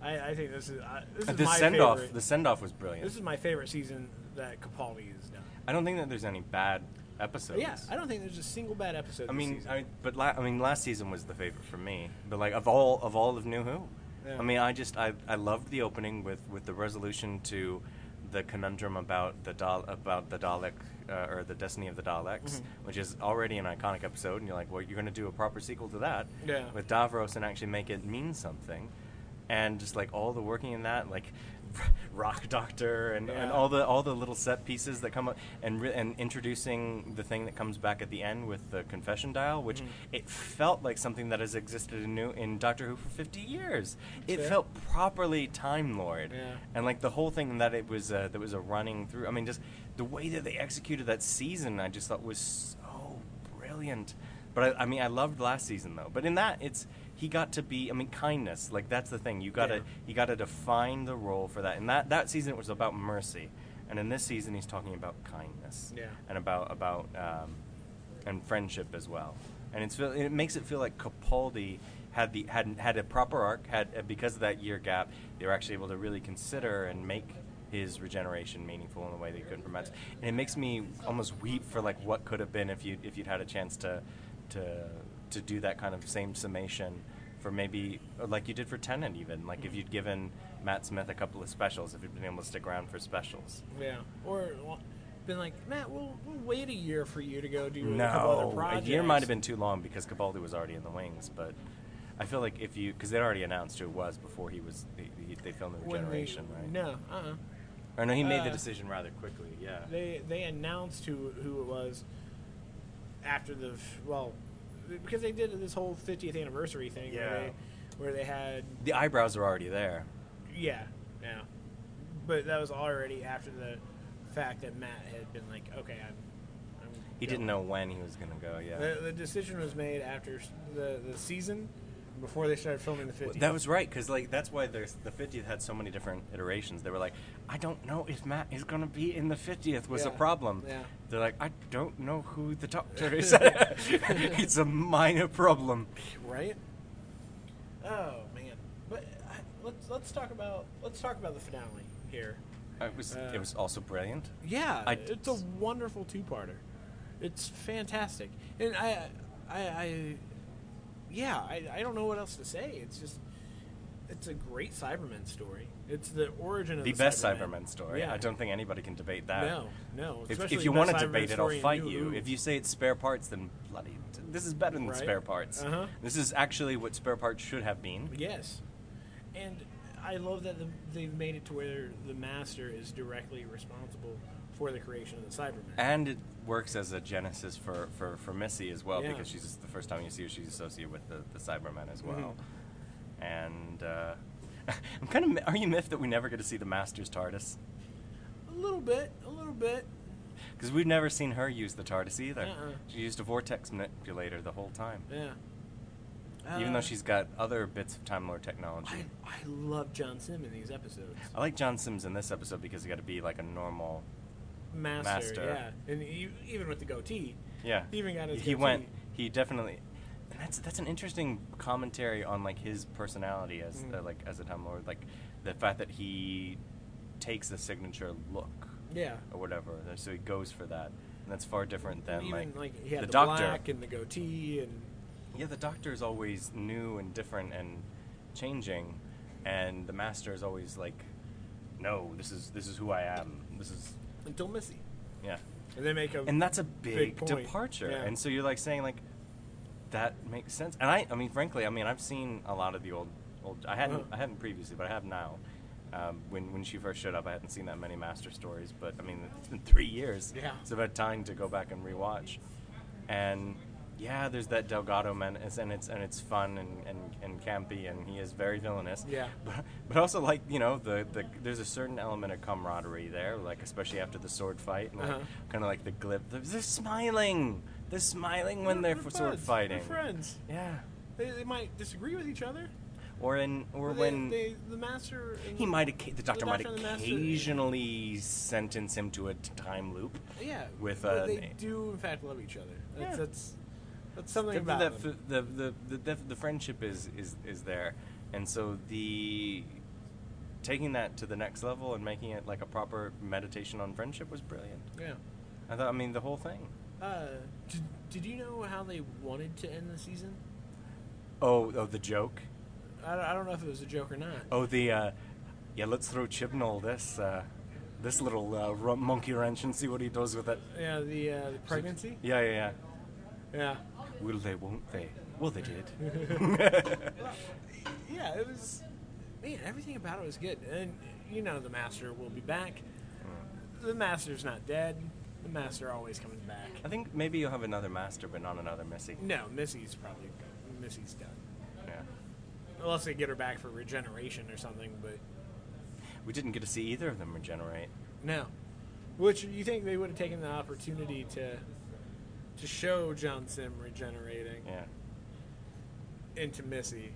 [SPEAKER 2] I, I think this is I this is
[SPEAKER 1] Uh, the
[SPEAKER 2] my
[SPEAKER 1] send off.
[SPEAKER 2] favorite.
[SPEAKER 1] The send off was brilliant.
[SPEAKER 2] This is my favorite season that Capaldi has done.
[SPEAKER 1] I don't think that there's any bad episodes.
[SPEAKER 2] yeah, I don't think there's a single bad episode.
[SPEAKER 1] I
[SPEAKER 2] this
[SPEAKER 1] mean,
[SPEAKER 2] season.
[SPEAKER 1] I, but la- I mean, last season was the favorite for me. But like of all of all of New Who,
[SPEAKER 2] Yeah.
[SPEAKER 1] I mean, I just I, I loved the opening with with the resolution to the conundrum about the Dal- about the Dalek uh, or the destiny of the Daleks,
[SPEAKER 2] Mhm.
[SPEAKER 1] which is already an iconic episode. And you're like, well, you're going to do a proper sequel to that
[SPEAKER 2] Yeah.
[SPEAKER 1] with Davros and actually make it mean something. And just like all the working in that, like Rock Doctor and, and
[SPEAKER 2] Yeah.
[SPEAKER 1] all the all the little set pieces that come up, and re- and introducing the thing that comes back at the end with the confession dial, which
[SPEAKER 2] Mhm.
[SPEAKER 1] it felt like something that has existed in new in Doctor Who for fifty years. It
[SPEAKER 2] Fair.
[SPEAKER 1] felt properly Time Lord,
[SPEAKER 2] Yeah.
[SPEAKER 1] and like the whole thing that it was uh, that was a running through. I mean, just the way that they executed that season, I just thought was so brilliant. But I, I mean, I loved last season though. But in that, it's he got to be. I mean, kindness. Like that's the thing. You gotta
[SPEAKER 2] Yeah.
[SPEAKER 1] you gotta define the role for that. And that that season it was about mercy, and in this season he's talking about kindness.
[SPEAKER 2] Yeah.
[SPEAKER 1] And about about um, and friendship as well. And it's feel- it makes it feel like Capaldi had the had had a proper arc. Had uh, because of that year gap, they were actually able to really consider and make his regeneration meaningful in a way they couldn't from Mads. And it makes me almost weep for like what could have been if you if you'd had a chance to to to do that kind of same summation for maybe like you did for Tennant even like if you'd given Matt Smith a couple of specials if he'd been able to stick around for specials.
[SPEAKER 2] yeah, or well, been like Matt, we'll, we'll wait a year for you to go do a couple other
[SPEAKER 1] No, a
[SPEAKER 2] projects.
[SPEAKER 1] year might have been too long because Capaldi was already in the wings. But I feel like if you, because they'd already announced who it was before he was, they, he- they filmed the
[SPEAKER 2] When they-
[SPEAKER 1] regeneration, right?
[SPEAKER 2] No, uh, uh
[SPEAKER 1] or no, he made the
[SPEAKER 2] uh,
[SPEAKER 1] decision rather quickly. Yeah,
[SPEAKER 2] they they announced who who it was after the f- well because they did this whole 50th anniversary thing where,
[SPEAKER 1] Yeah.
[SPEAKER 2] they, where they had
[SPEAKER 1] the eyebrows are already there.
[SPEAKER 2] yeah yeah but that was already after the fact that Matt had been like okay I'm, I'm
[SPEAKER 1] He
[SPEAKER 2] going.
[SPEAKER 1] didn't know when he was gonna go. Yeah,
[SPEAKER 2] the, the decision was made after s- the the season before they started filming the 50th
[SPEAKER 1] That was right, because like that's why there's the 50th had so many different iterations. They were like, I don't know if Matt is going to be in the 50th was a
[SPEAKER 2] Yeah,
[SPEAKER 1] problem.
[SPEAKER 2] yeah.
[SPEAKER 1] They're like, I don't know who the doctor is. it's a minor problem.
[SPEAKER 2] right oh man but I, let's let's talk about let's talk about the finale here
[SPEAKER 1] It was it
[SPEAKER 2] Uh,
[SPEAKER 1] was also brilliant.
[SPEAKER 2] Yeah,
[SPEAKER 1] I-
[SPEAKER 2] it's a wonderful two-parter. It's fantastic, and I, I, I yeah, I, I don't know what else to say. It's just, it's a great Cybermen story. It's the origin of
[SPEAKER 1] the
[SPEAKER 2] the,
[SPEAKER 1] best Cyberman, story.
[SPEAKER 2] Yeah.
[SPEAKER 1] I don't think anybody can debate that.
[SPEAKER 2] No, no.
[SPEAKER 1] If,
[SPEAKER 2] especially
[SPEAKER 1] if you
[SPEAKER 2] the
[SPEAKER 1] want to
[SPEAKER 2] best
[SPEAKER 1] debate
[SPEAKER 2] Cybermen
[SPEAKER 1] it, I'll
[SPEAKER 2] story in
[SPEAKER 1] fight
[SPEAKER 2] New
[SPEAKER 1] you.
[SPEAKER 2] Who.
[SPEAKER 1] If you say it's spare parts, then bloody, this is better than
[SPEAKER 2] Right?
[SPEAKER 1] spare parts.
[SPEAKER 2] Uh-huh.
[SPEAKER 1] This is actually what spare parts should have been.
[SPEAKER 2] yes, and I love that the, they've made it to where the Master is directly responsible for the creation of the Cybermen.
[SPEAKER 1] And it works as a genesis for, for, for Missy as well,
[SPEAKER 2] Yeah.
[SPEAKER 1] because she's the first time you see her, she's associated with the, the Cybermen as well.
[SPEAKER 2] Mm-hmm.
[SPEAKER 1] And uh, I'm kind of, are you miffed that we never get to see the Master's TARDIS?
[SPEAKER 2] a little bit, a little bit.
[SPEAKER 1] Because we've never seen her use the TARDIS either.
[SPEAKER 2] Uh-uh.
[SPEAKER 1] She used a vortex manipulator the whole time.
[SPEAKER 2] Yeah.
[SPEAKER 1] even though
[SPEAKER 2] Uh,
[SPEAKER 1] she's got other bits of Time Lord technology.
[SPEAKER 2] I, I love John Sim in these episodes.
[SPEAKER 1] I like John Sims in this episode because he got to be like a normal.
[SPEAKER 2] Master,
[SPEAKER 1] Master.
[SPEAKER 2] yeah, and e even with the goatee,
[SPEAKER 1] Yeah,
[SPEAKER 2] He even got his
[SPEAKER 1] He went.
[SPEAKER 2] goatee.
[SPEAKER 1] He definitely. And that's that's an interesting commentary on like his personality as
[SPEAKER 2] Mhm.
[SPEAKER 1] uh, like as a Time Lord, like the fact that he takes a signature look
[SPEAKER 2] yeah,
[SPEAKER 1] or whatever. So he goes for that, and that's far different than
[SPEAKER 2] even like, he had
[SPEAKER 1] the
[SPEAKER 2] the,
[SPEAKER 1] doctor.
[SPEAKER 2] black and the goatee, and
[SPEAKER 1] Yeah, the doctor is always new and different and changing, and the master is always like, "No, this is this is who I am. This is
[SPEAKER 2] until Missy,
[SPEAKER 1] yeah."
[SPEAKER 2] E. and they make a
[SPEAKER 1] And that's a big,
[SPEAKER 2] point.
[SPEAKER 1] departure.
[SPEAKER 2] Yeah.
[SPEAKER 1] And so you're like saying like, that makes sense. And I, I mean, frankly, I mean, I've seen a lot of the old, old. I hadn't,
[SPEAKER 2] Uh-huh.
[SPEAKER 1] I hadn't previously, but I have now. Um, when when she first showed up, I hadn't seen that many Master stories, but I mean, it's been three years.
[SPEAKER 2] Yeah.
[SPEAKER 1] It's about time to go back and rewatch. And yeah, there's that Delgado man, it's- and it's and it's fun and, and, and campy, and he is very villainous.
[SPEAKER 2] Yeah.
[SPEAKER 1] But, but also like you know the, the there's a certain element of camaraderie there, like especially after the sword fight, and
[SPEAKER 2] Uh-huh.
[SPEAKER 1] kind of like the glip. They're, they're smiling. They're smiling when
[SPEAKER 2] We're-
[SPEAKER 1] they're
[SPEAKER 2] we're
[SPEAKER 1] f- sword
[SPEAKER 2] buds.
[SPEAKER 1] fighting.
[SPEAKER 2] We're friends.
[SPEAKER 1] Yeah.
[SPEAKER 2] They, they might disagree with each other.
[SPEAKER 1] Or in or
[SPEAKER 2] but they-
[SPEAKER 1] when
[SPEAKER 2] they, the master and-
[SPEAKER 1] he might occa- the doctor might
[SPEAKER 2] doctor and the master-
[SPEAKER 1] occasionally sentence him to a t- time loop.
[SPEAKER 2] yeah
[SPEAKER 1] with,
[SPEAKER 2] but
[SPEAKER 1] uh,
[SPEAKER 2] they
[SPEAKER 1] an-
[SPEAKER 2] do in fact love each other. That's
[SPEAKER 1] Yeah.
[SPEAKER 2] that's, that's something
[SPEAKER 1] The,
[SPEAKER 2] about
[SPEAKER 1] the,
[SPEAKER 2] them.
[SPEAKER 1] f- the, the, the, the, the friendship is, is, is there. And so the taking that to the next level and making it like a proper meditation on friendship was brilliant.
[SPEAKER 2] yeah.
[SPEAKER 1] I thought I mean the whole thing.
[SPEAKER 2] Uh, did, did you know how they wanted to end the season?
[SPEAKER 1] Oh, oh the joke.
[SPEAKER 2] I, don't- I don't know if it was a joke or not.
[SPEAKER 1] Oh the uh, yeah, let's throw Chibnall this uh, this little uh, ru- monkey wrench and see what he does with it.
[SPEAKER 2] Yeah, the, uh, the pregnancy?
[SPEAKER 1] Yeah, yeah, yeah.
[SPEAKER 2] Yeah.
[SPEAKER 1] Will they? Won't they? Well, they did.
[SPEAKER 2] Yeah, it was. Man, everything about it was good. And you know, the master will be back.
[SPEAKER 1] Hmm.
[SPEAKER 2] The master's not dead. The master always comes back.
[SPEAKER 1] I think maybe you'll have another master, but not another Missy.
[SPEAKER 2] No, Missy's probably. Missy's done.
[SPEAKER 1] Yeah.
[SPEAKER 2] Unless they get her back for regeneration or something, but
[SPEAKER 1] We didn't get to see either of them regenerate.
[SPEAKER 2] no. Which you think they would have taken the opportunity to to show John Sim regenerating?
[SPEAKER 1] Yeah.
[SPEAKER 2] into Missy.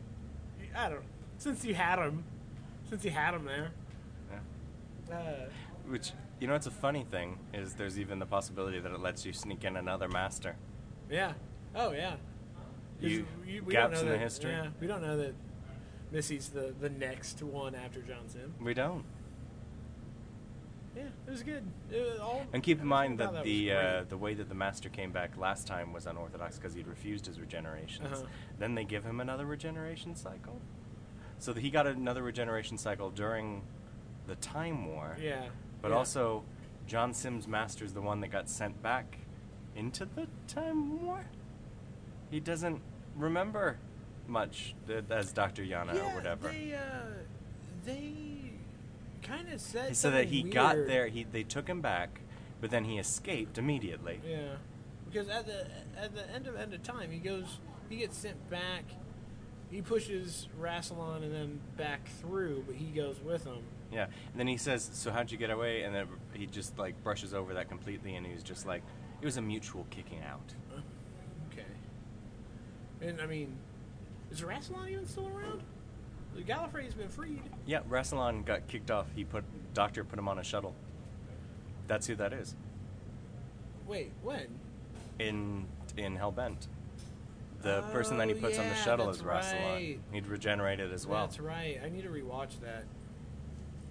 [SPEAKER 2] I don't. Since you had him, since you had him there,
[SPEAKER 1] yeah.
[SPEAKER 2] uh,
[SPEAKER 1] Which you know, it's a funny thing is there's even the possibility that it lets you sneak in another master.
[SPEAKER 2] yeah. Oh yeah. 'Cause
[SPEAKER 1] You-
[SPEAKER 2] we
[SPEAKER 1] gaps
[SPEAKER 2] don't know
[SPEAKER 1] in the
[SPEAKER 2] that,
[SPEAKER 1] history.
[SPEAKER 2] Yeah, we don't know that Missy's the the next one after John Sim.
[SPEAKER 1] We don't.
[SPEAKER 2] Yeah, it was good. It was all,
[SPEAKER 1] And keep in mind
[SPEAKER 2] everything
[SPEAKER 1] that
[SPEAKER 2] about was
[SPEAKER 1] the uh,
[SPEAKER 2] great.
[SPEAKER 1] the way that the master came back last time was unorthodox because he'd refused his regenerations.
[SPEAKER 2] Uh-huh.
[SPEAKER 1] Then they give him another regeneration cycle, so that he got another regeneration cycle during the time war.
[SPEAKER 2] yeah,
[SPEAKER 1] But
[SPEAKER 2] yeah.
[SPEAKER 1] also, John Sims Master's the one that got sent back into the Time War. He doesn't remember much th- as Dr. Yana
[SPEAKER 2] yeah,
[SPEAKER 1] or whatever.
[SPEAKER 2] They uh, they kind of said
[SPEAKER 1] so that
[SPEAKER 2] something
[SPEAKER 1] he got
[SPEAKER 2] weird.
[SPEAKER 1] there, he they took him back, but then he escaped immediately.
[SPEAKER 2] Yeah, because at the at the end of end of time, he goes, he gets sent back. He pushes Rassilon and then back through, but he goes with him.
[SPEAKER 1] Yeah. And then he says, "So how'd you get away?" And then he just like brushes over that completely, and he's just like, "It was a mutual kicking out."
[SPEAKER 2] Okay. And I mean, is Rassilon even still around? The Gallifrey's been freed.
[SPEAKER 1] Yeah, Rassilon got kicked off. He put Doctor put him on a shuttle. That's who that is.
[SPEAKER 2] Wait, when?
[SPEAKER 1] in in Hellbent. The person that he
[SPEAKER 2] Oh,
[SPEAKER 1] puts on the
[SPEAKER 2] yeah,
[SPEAKER 1] shuttle
[SPEAKER 2] that's
[SPEAKER 1] is Rassilon.
[SPEAKER 2] right.
[SPEAKER 1] He'd regenerated as well.
[SPEAKER 2] That's right. I need to rewatch that.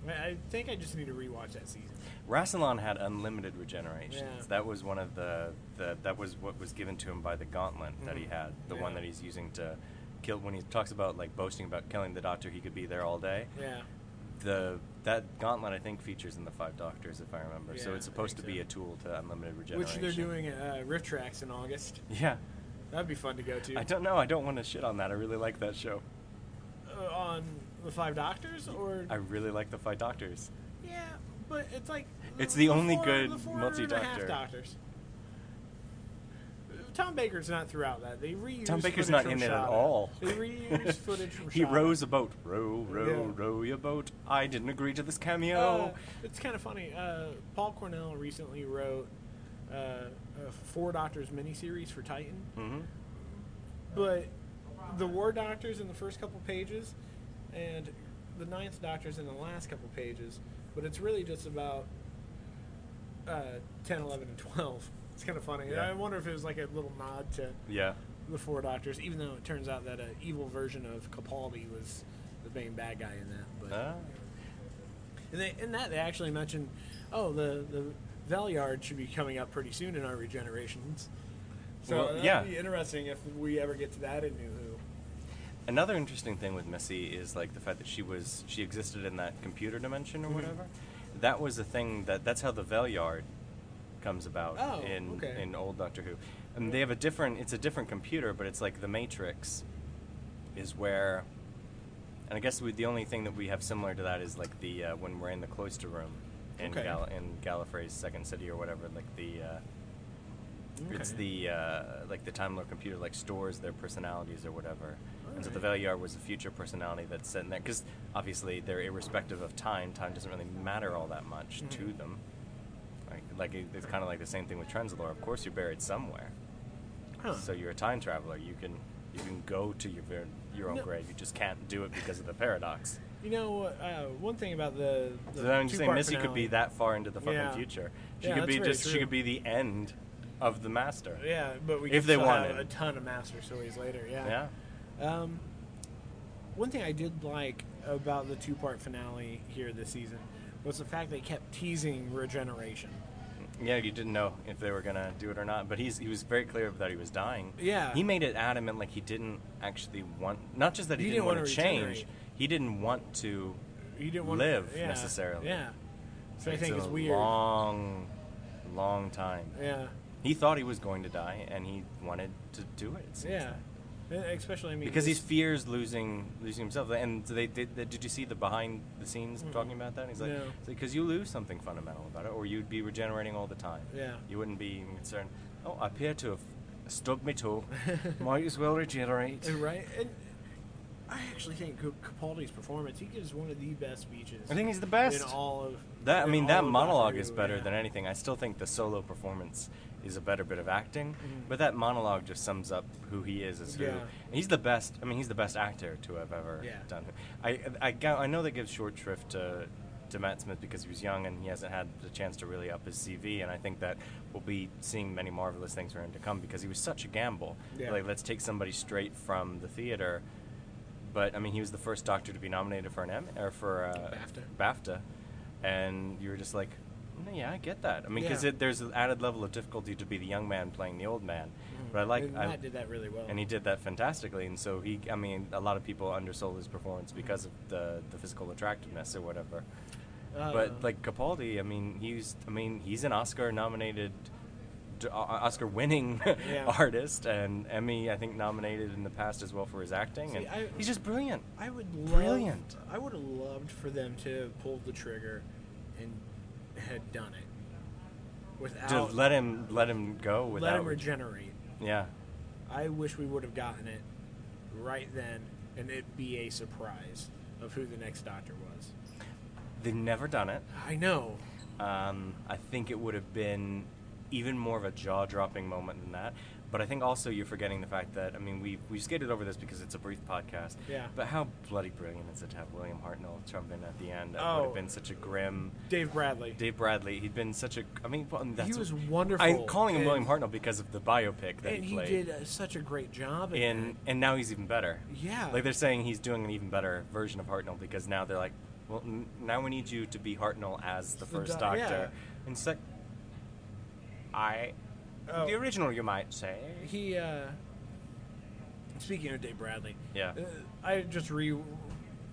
[SPEAKER 2] I- I think I just need to rewatch that season.
[SPEAKER 1] Rassilon had unlimited regenerations.
[SPEAKER 2] Yeah.
[SPEAKER 1] That was one of the, the that was what was given to him by the gauntlet that he
[SPEAKER 2] Mhm.
[SPEAKER 1] had. The one
[SPEAKER 2] Yeah.
[SPEAKER 1] that he's using to kill when he talks about like boasting about killing the doctor, he could be there all day.
[SPEAKER 2] Yeah.
[SPEAKER 1] The that gauntlet I think features in the five doctors if I remember. so
[SPEAKER 2] Yeah,
[SPEAKER 1] it's
[SPEAKER 2] I
[SPEAKER 1] supposed to
[SPEAKER 2] think
[SPEAKER 1] be
[SPEAKER 2] so.
[SPEAKER 1] a tool to unlimited
[SPEAKER 2] Which
[SPEAKER 1] regeneration.
[SPEAKER 2] they're doing at uh, Rift Tracks in August.
[SPEAKER 1] Yeah.
[SPEAKER 2] That'd be fun to go to.
[SPEAKER 1] I don't know. I don't want to shit on that. I really like that show.
[SPEAKER 2] Uh, on the Five Doctors or
[SPEAKER 1] I really like the five doctors.
[SPEAKER 2] Yeah, but it's like
[SPEAKER 1] It's the only good
[SPEAKER 2] the four
[SPEAKER 1] multi-doctor.
[SPEAKER 2] and a half doctors. Uh, Tom Baker's not throughout that. They reused.
[SPEAKER 1] Tom Baker's
[SPEAKER 2] footage
[SPEAKER 1] not
[SPEAKER 2] from
[SPEAKER 1] in it at
[SPEAKER 2] Shot.
[SPEAKER 1] all.
[SPEAKER 2] They reused footage from. Uh,
[SPEAKER 1] he
[SPEAKER 2] Shot.
[SPEAKER 1] rows a boat. Row, row,
[SPEAKER 2] Yeah.
[SPEAKER 1] row your boat. I didn't agree to this
[SPEAKER 2] Uh,
[SPEAKER 1] cameo.
[SPEAKER 2] it's kind of funny. Uh, Paul Cornell recently wrote uh, a Four Doctors miniseries for Titan,
[SPEAKER 1] hmm
[SPEAKER 2] but the War Doctors in the first couple pages, and the Ninth Doctors in the last couple pages. But it's really just about uh, 10, 11, and 12. It's kind of funny.
[SPEAKER 1] Yeah.
[SPEAKER 2] I wonder if it was like a little nod to
[SPEAKER 1] Yeah.
[SPEAKER 2] the Four Doctors, even though it turns out that an evil version of Capaldi was the main bad guy in that. But
[SPEAKER 1] Uh,
[SPEAKER 2] and they, in that they actually mentioned, oh, the the Velyard should be coming up pretty soon in our regenerations. So
[SPEAKER 1] Well,
[SPEAKER 2] that'd
[SPEAKER 1] yeah.
[SPEAKER 2] be interesting if we ever get to that in New Who.
[SPEAKER 1] another interesting thing with Missy is like the fact that she was she existed in that computer dimension or
[SPEAKER 2] Mhm.
[SPEAKER 1] whatever. That was a thing that that's how the Velyard comes about
[SPEAKER 2] Oh,
[SPEAKER 1] in
[SPEAKER 2] okay.
[SPEAKER 1] in old Doctor Who. and they have a different. It's a different computer, but it's like the Matrix, is where, and I guess we, the only thing that we have similar to that is like the uh, when we're in the cloister room, in
[SPEAKER 2] Okay.
[SPEAKER 1] Gal- in Gallifrey's Second City or whatever. Like the, uh, it's
[SPEAKER 2] Okay.
[SPEAKER 1] the uh, like the Time Lord computer like stores their personalities or whatever. And so the
[SPEAKER 2] Alright.
[SPEAKER 1] Velyar was a future personality that's sitting there because obviously they're irrespective of time. Time doesn't really matter all that much to
[SPEAKER 2] Mhm.
[SPEAKER 1] them. Like, like it, it's kind of like the same thing with Trenzalore. Of course, you're buried somewhere.
[SPEAKER 2] Huh.
[SPEAKER 1] So you're a time traveler. You can you can go to your ver- your own
[SPEAKER 2] No.
[SPEAKER 1] grave. You just can't do it because of the paradox.
[SPEAKER 2] You know, uh, one thing about the. the
[SPEAKER 1] So then I'm just saying
[SPEAKER 2] two-part
[SPEAKER 1] Missy could be
[SPEAKER 2] finale-
[SPEAKER 1] that far into the fucking
[SPEAKER 2] Yeah.
[SPEAKER 1] future. She
[SPEAKER 2] Yeah,
[SPEAKER 1] could be
[SPEAKER 2] that's very
[SPEAKER 1] just she
[SPEAKER 2] true.
[SPEAKER 1] could be the end of the master.
[SPEAKER 2] Yeah, but we
[SPEAKER 1] if
[SPEAKER 2] could
[SPEAKER 1] they
[SPEAKER 2] still have
[SPEAKER 1] wanted.
[SPEAKER 2] a ton of master stories later.
[SPEAKER 1] Yeah.
[SPEAKER 2] Um, one thing I did like about the two-part finale here this season was the fact they kept teasing regeneration.
[SPEAKER 1] Yeah, you didn't know if they were gonna do it or not, but he's he was very clear that he was dying.
[SPEAKER 2] Yeah.
[SPEAKER 1] he made it adamant like he didn't actually want. Not just that he,
[SPEAKER 2] He
[SPEAKER 1] didn't,
[SPEAKER 2] didn't
[SPEAKER 1] want
[SPEAKER 2] wanna
[SPEAKER 1] to change,
[SPEAKER 2] regenerate.
[SPEAKER 1] he didn't want to.
[SPEAKER 2] You didn't want
[SPEAKER 1] Live,
[SPEAKER 2] to yeah,
[SPEAKER 1] necessarily.
[SPEAKER 2] Yeah. So I
[SPEAKER 1] it's
[SPEAKER 2] think
[SPEAKER 1] a
[SPEAKER 2] it's weird.
[SPEAKER 1] Long, long time.
[SPEAKER 2] Yeah.
[SPEAKER 1] He thought he was going to die, and he wanted to do it. it seems
[SPEAKER 2] Yeah.
[SPEAKER 1] like.
[SPEAKER 2] Uh, Especially I mean
[SPEAKER 1] because he
[SPEAKER 2] this-
[SPEAKER 1] fears losing losing himself. And so they did. They, did you see the behind the scenes
[SPEAKER 2] Mm-mm.
[SPEAKER 1] talking about that? He's like,
[SPEAKER 2] No.
[SPEAKER 1] because you lose something fundamental about it, or you'd be regenerating all the time.
[SPEAKER 2] Yeah.
[SPEAKER 1] you wouldn't be even concerned. Oh, I appear to have stubbed me toe. Might as well regenerate.
[SPEAKER 2] right. And I actually think Cap- Capaldi's performance. He gives one of the best speeches.
[SPEAKER 1] I think he's the best.
[SPEAKER 2] in all of
[SPEAKER 1] That I
[SPEAKER 2] in
[SPEAKER 1] mean,
[SPEAKER 2] all
[SPEAKER 1] that
[SPEAKER 2] of Doctor
[SPEAKER 1] monologue
[SPEAKER 2] Who,
[SPEAKER 1] is better
[SPEAKER 2] yeah.
[SPEAKER 1] than anything. I still think the solo performance is a better bit of acting,
[SPEAKER 2] Mhm.
[SPEAKER 1] but that monologue just sums up who he is as who.
[SPEAKER 2] Yeah.
[SPEAKER 1] And he's the best. I mean, he's the best actor to have ever
[SPEAKER 2] Yeah.
[SPEAKER 1] done. I, I go- I know they give short shrift to to Matt Smith because he was young and he hasn't had the chance to really up his CV, and I think that we'll be seeing many marvelous things for him to come because he was such a gamble.
[SPEAKER 2] Yeah.
[SPEAKER 1] Like, let's take somebody straight from the theater. But I mean, he was the first Doctor to be nominated for an Emmy or for uh,
[SPEAKER 2] BAFTA.
[SPEAKER 1] BAFTA, and you were just like, "No, yeah, I get that. I mean, because
[SPEAKER 2] Yeah.
[SPEAKER 1] there's an added level of difficulty to be the young man playing the old man.
[SPEAKER 2] Mhm.
[SPEAKER 1] But I like,
[SPEAKER 2] and
[SPEAKER 1] I,
[SPEAKER 2] Matt did that really well.
[SPEAKER 1] and he did that fantastically. And so he, I mean, a lot of people undersold his performance because of the the physical attractiveness or whatever.
[SPEAKER 2] Uh,
[SPEAKER 1] but like Capaldi, I mean, he's, I mean, he's an Oscar-nominated, d- o- Oscar-winning
[SPEAKER 2] Yeah.
[SPEAKER 1] artist, and Emmy, I think, nominated in the past as well for his acting.
[SPEAKER 2] See,
[SPEAKER 1] and
[SPEAKER 2] I-
[SPEAKER 1] he's just brilliant.
[SPEAKER 2] I would love,
[SPEAKER 1] Brilliant.
[SPEAKER 2] I would have loved for them to pull the trigger and had done it without
[SPEAKER 1] to let him let him go without
[SPEAKER 2] let him regenerate.
[SPEAKER 1] yeah
[SPEAKER 2] I wish we would have gotten it right then, and it be a surprise of who the next Doctor was.
[SPEAKER 1] they've never done it
[SPEAKER 2] I know.
[SPEAKER 1] um, i think it would have been even more of a jaw-dropping moment than that but i think also you're forgetting the fact that i mean we we skated over this because it's a brief podcast
[SPEAKER 2] Yeah.
[SPEAKER 1] but how bloody brilliant is it to have william hartnell jump in at the end it would
[SPEAKER 2] Oh.
[SPEAKER 1] have been such a grim
[SPEAKER 2] Dave Bradley.
[SPEAKER 1] Dave Bradley, he'd been such a. I mean, well, that's
[SPEAKER 2] was wonderful,
[SPEAKER 1] I'm calling him
[SPEAKER 2] and-
[SPEAKER 1] William Hartnell because of the biopic that
[SPEAKER 2] and
[SPEAKER 1] he
[SPEAKER 2] he
[SPEAKER 1] played.
[SPEAKER 2] did uh, such a great job. in
[SPEAKER 1] and and now he's even better.
[SPEAKER 2] Yeah.
[SPEAKER 1] like they're saying he's doing an even better version of Hartnell because now they're like, well, n- now we need you to be Hartnell as the
[SPEAKER 2] The
[SPEAKER 1] first
[SPEAKER 2] doc-
[SPEAKER 1] Doctor.
[SPEAKER 2] yeah.
[SPEAKER 1] And it's like, I,
[SPEAKER 2] Oh.
[SPEAKER 1] the original, you might say.
[SPEAKER 2] that. he. Uh, speaking of Dave Bradley,
[SPEAKER 1] Yeah.
[SPEAKER 2] uh, I just re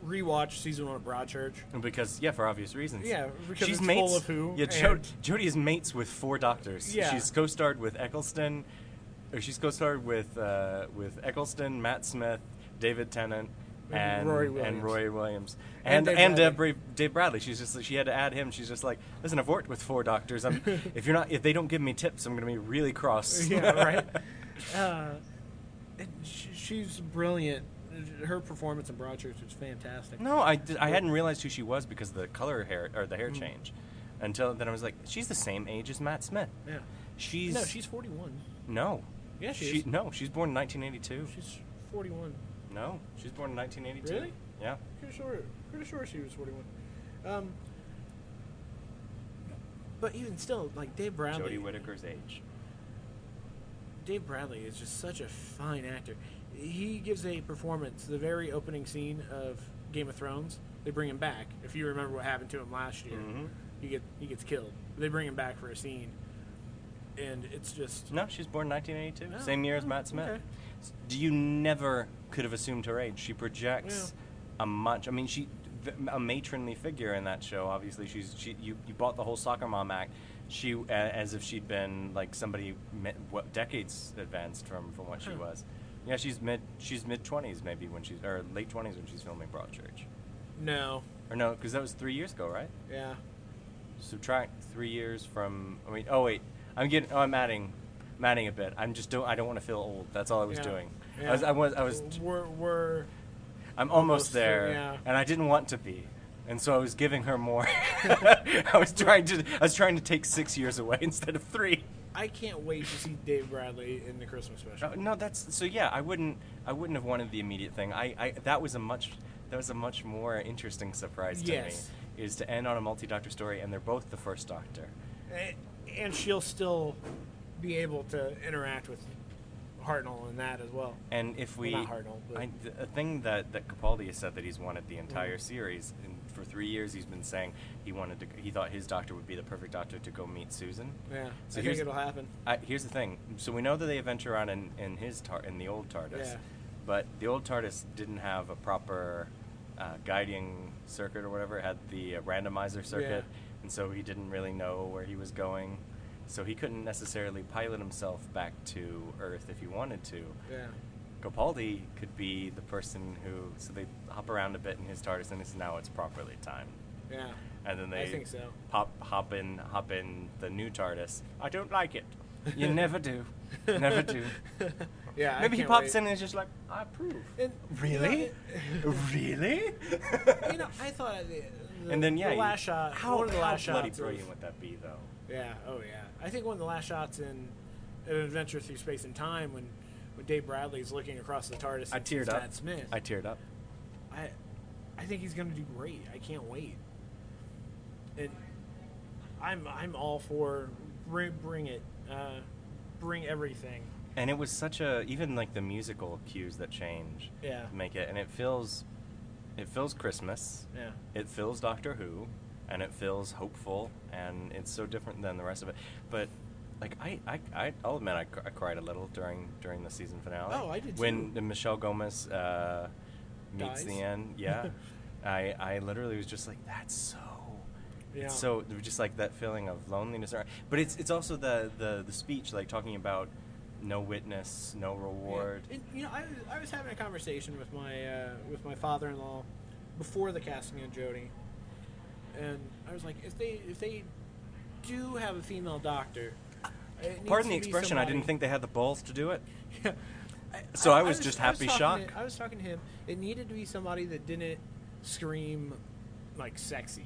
[SPEAKER 2] rewatched season one of Broadchurch.
[SPEAKER 1] Because yeah, for obvious reasons.
[SPEAKER 2] Yeah, because
[SPEAKER 1] she's
[SPEAKER 2] it's
[SPEAKER 1] mates.
[SPEAKER 2] full of who,
[SPEAKER 1] Yeah, jo-
[SPEAKER 2] and-
[SPEAKER 1] Jodie is mates with four doctors.
[SPEAKER 2] Yeah.
[SPEAKER 1] she's co-starred with Eccleston, or she's co-starred with uh, with Eccleston, Matt Smith, David Tennant,
[SPEAKER 2] And
[SPEAKER 1] and
[SPEAKER 2] Roy
[SPEAKER 1] and
[SPEAKER 2] Williams.
[SPEAKER 1] Roy Williams, and
[SPEAKER 2] And
[SPEAKER 1] and,
[SPEAKER 2] Dave
[SPEAKER 1] Dave,
[SPEAKER 2] Bradley.
[SPEAKER 1] Bra- Dave Bradley. She's just she had to add him. She's just like, listen, I've worked with four doctors. I'm, if you're not, if they don't give me tips, I'm gonna be really cross.
[SPEAKER 2] yeah, right. Uh, and sh- she's brilliant. Her performance in Broadchurch was fantastic.
[SPEAKER 1] No, I, did- I hadn't realized who she was because of the color hair or the hair
[SPEAKER 2] Mm.
[SPEAKER 1] change, until then I was like, she's the same age as Matt Smith.
[SPEAKER 2] Yeah.
[SPEAKER 1] She's
[SPEAKER 2] no, she's 41.
[SPEAKER 1] no.
[SPEAKER 2] Yeah, she is.
[SPEAKER 1] no, she's born in 1982.
[SPEAKER 2] She's 41.
[SPEAKER 1] no, she's born in 1982.
[SPEAKER 2] Really?
[SPEAKER 1] Yeah.
[SPEAKER 2] Pretty sure, pretty sure she was 41. Um, but even still, like Dave Bradley,
[SPEAKER 1] Jodie Whittaker's age.
[SPEAKER 2] Dave Bradley is just such a fine actor. He gives a performance. The very opening scene of Game of Thrones, they bring him back. If you remember what happened to him last year,
[SPEAKER 1] Mhm.
[SPEAKER 2] he get he gets killed. They bring him back for a scene, and it's just
[SPEAKER 1] No, she's born in 1982.
[SPEAKER 2] Oh,
[SPEAKER 1] Same year as
[SPEAKER 2] oh,
[SPEAKER 1] Matt Smith.
[SPEAKER 2] okay.
[SPEAKER 1] S- Do you never could have assumed her age? She projects a much. I mean, she th- a matronly figure in that show. Obviously, she's she. You, you bought the whole soccer mom act. she a- as if she'd been like somebody mi- what, decades advanced from from what she
[SPEAKER 2] Huh.
[SPEAKER 1] was. Yeah, she's mid she's mid twenties maybe when she's or late twenties when she's filming Broadchurch.
[SPEAKER 2] No.
[SPEAKER 1] Or no, because that was three years ago, right?
[SPEAKER 2] Yeah.
[SPEAKER 1] Subtract three years from. I mean, oh wait, I'm getting. Oh, I'm adding, I'm adding a bit. I'm just don't. I don't want to feel old. That's all I was
[SPEAKER 2] Yeah.
[SPEAKER 1] doing.
[SPEAKER 2] Yeah.
[SPEAKER 1] I was. I was. I was
[SPEAKER 2] We're we're
[SPEAKER 1] I'm
[SPEAKER 2] Almost
[SPEAKER 1] almost
[SPEAKER 2] there,
[SPEAKER 1] there,
[SPEAKER 2] yeah.
[SPEAKER 1] and I didn't want to be, and so I was giving her more. I was trying to, I was trying to take six years away instead of three.
[SPEAKER 2] I can't wait to see Dave Bradley in the Christmas special.
[SPEAKER 1] Uh, No, that's so. Yeah, I wouldn't, I wouldn't have wanted the immediate thing. I, I that was a much, that was a much more interesting surprise to
[SPEAKER 2] Yes.
[SPEAKER 1] me. Is to end on a multi-doctor story, and they're both the first Doctor.
[SPEAKER 2] A- And she'll still be able to interact with Hartnell in that as well.
[SPEAKER 1] And if
[SPEAKER 2] Well,
[SPEAKER 1] we,
[SPEAKER 2] not Hartnell, but-
[SPEAKER 1] I, th- a thing that, that Capaldi has said that he's wanted the entire
[SPEAKER 2] Mhm.
[SPEAKER 1] series, and for three years he's been saying he wanted to, he thought his doctor would be the perfect doctor to go meet Susan.
[SPEAKER 2] Yeah.
[SPEAKER 1] So
[SPEAKER 2] I think
[SPEAKER 1] here's-
[SPEAKER 2] it'll happen.
[SPEAKER 1] I, here's the thing. So we know that they adventure on in, in his tar- in the old TARDIS,
[SPEAKER 2] Yeah.
[SPEAKER 1] but the old TARDIS didn't have a proper uh, guiding circuit or whatever. It had the uh, randomizer circuit, and so he didn't really know where he was going. So he couldn't necessarily pilot himself back to Earth if he wanted to.
[SPEAKER 2] Yeah.
[SPEAKER 1] Capaldi could be the person who. So they hop around a bit in his TARDIS, and it's, now it's properly timed.
[SPEAKER 2] Yeah.
[SPEAKER 1] And then
[SPEAKER 2] I
[SPEAKER 1] they
[SPEAKER 2] think so.
[SPEAKER 1] pop hop in hop in the new TARDIS. I don't like it. You never do. Never do.
[SPEAKER 2] yeah. I
[SPEAKER 1] Maybe he
[SPEAKER 2] can't
[SPEAKER 1] pops
[SPEAKER 2] wait.
[SPEAKER 1] in and is just like, I approve.
[SPEAKER 2] And,
[SPEAKER 1] really?
[SPEAKER 2] You know, it-
[SPEAKER 1] really?
[SPEAKER 2] you know, I thought the, the,
[SPEAKER 1] and then yeah,
[SPEAKER 2] the
[SPEAKER 1] you-
[SPEAKER 2] last shot.
[SPEAKER 1] How,
[SPEAKER 2] one of the
[SPEAKER 1] how
[SPEAKER 2] last
[SPEAKER 1] bloody
[SPEAKER 2] shots
[SPEAKER 1] brilliant
[SPEAKER 2] of-
[SPEAKER 1] would that be, though?
[SPEAKER 2] Yeah, oh yeah. I think one of the last shots in an adventure through space and time when when Dave Bradley's looking across the TARDIS.
[SPEAKER 1] I
[SPEAKER 2] and sees
[SPEAKER 1] teared up.
[SPEAKER 2] Matt Smith.
[SPEAKER 1] I teared up.
[SPEAKER 2] I, I think he's gonna do great. I can't wait. And I'm I'm all for bring, bring it, uh, bring everything.
[SPEAKER 1] And it was such a even like the musical cues that change
[SPEAKER 2] Yeah.
[SPEAKER 1] to make it, and it feels, it feels Christmas.
[SPEAKER 2] Yeah.
[SPEAKER 1] it feels Doctor Who, and it feels hopeful, and it's so different than the rest of it. But like I, I, I I'll admit I, cr- I cried a little during during the season finale.
[SPEAKER 2] Oh, I did
[SPEAKER 1] When
[SPEAKER 2] too.
[SPEAKER 1] the Michelle Gomez uh, meets
[SPEAKER 2] Dies?
[SPEAKER 1] the end, yeah, I I literally was just like that's so.
[SPEAKER 2] Yeah.
[SPEAKER 1] It's so just like that feeling of loneliness, or- but it's it's also the the the speech like talking about no witness, no reward.
[SPEAKER 2] Yeah. And, you know, I was, I was having a conversation with my uh, with my father-in-law before the casting of Jodie, and I was like, if they if they do have a female doctor, it needs
[SPEAKER 1] Pardon
[SPEAKER 2] to
[SPEAKER 1] the
[SPEAKER 2] be
[SPEAKER 1] expression, I didn't
[SPEAKER 2] somebody-
[SPEAKER 1] think they had the balls to do it.
[SPEAKER 2] Yeah.
[SPEAKER 1] So I was just happy
[SPEAKER 2] talking
[SPEAKER 1] shock.
[SPEAKER 2] To, I was talking to him. It needed to be somebody that didn't scream like sexy.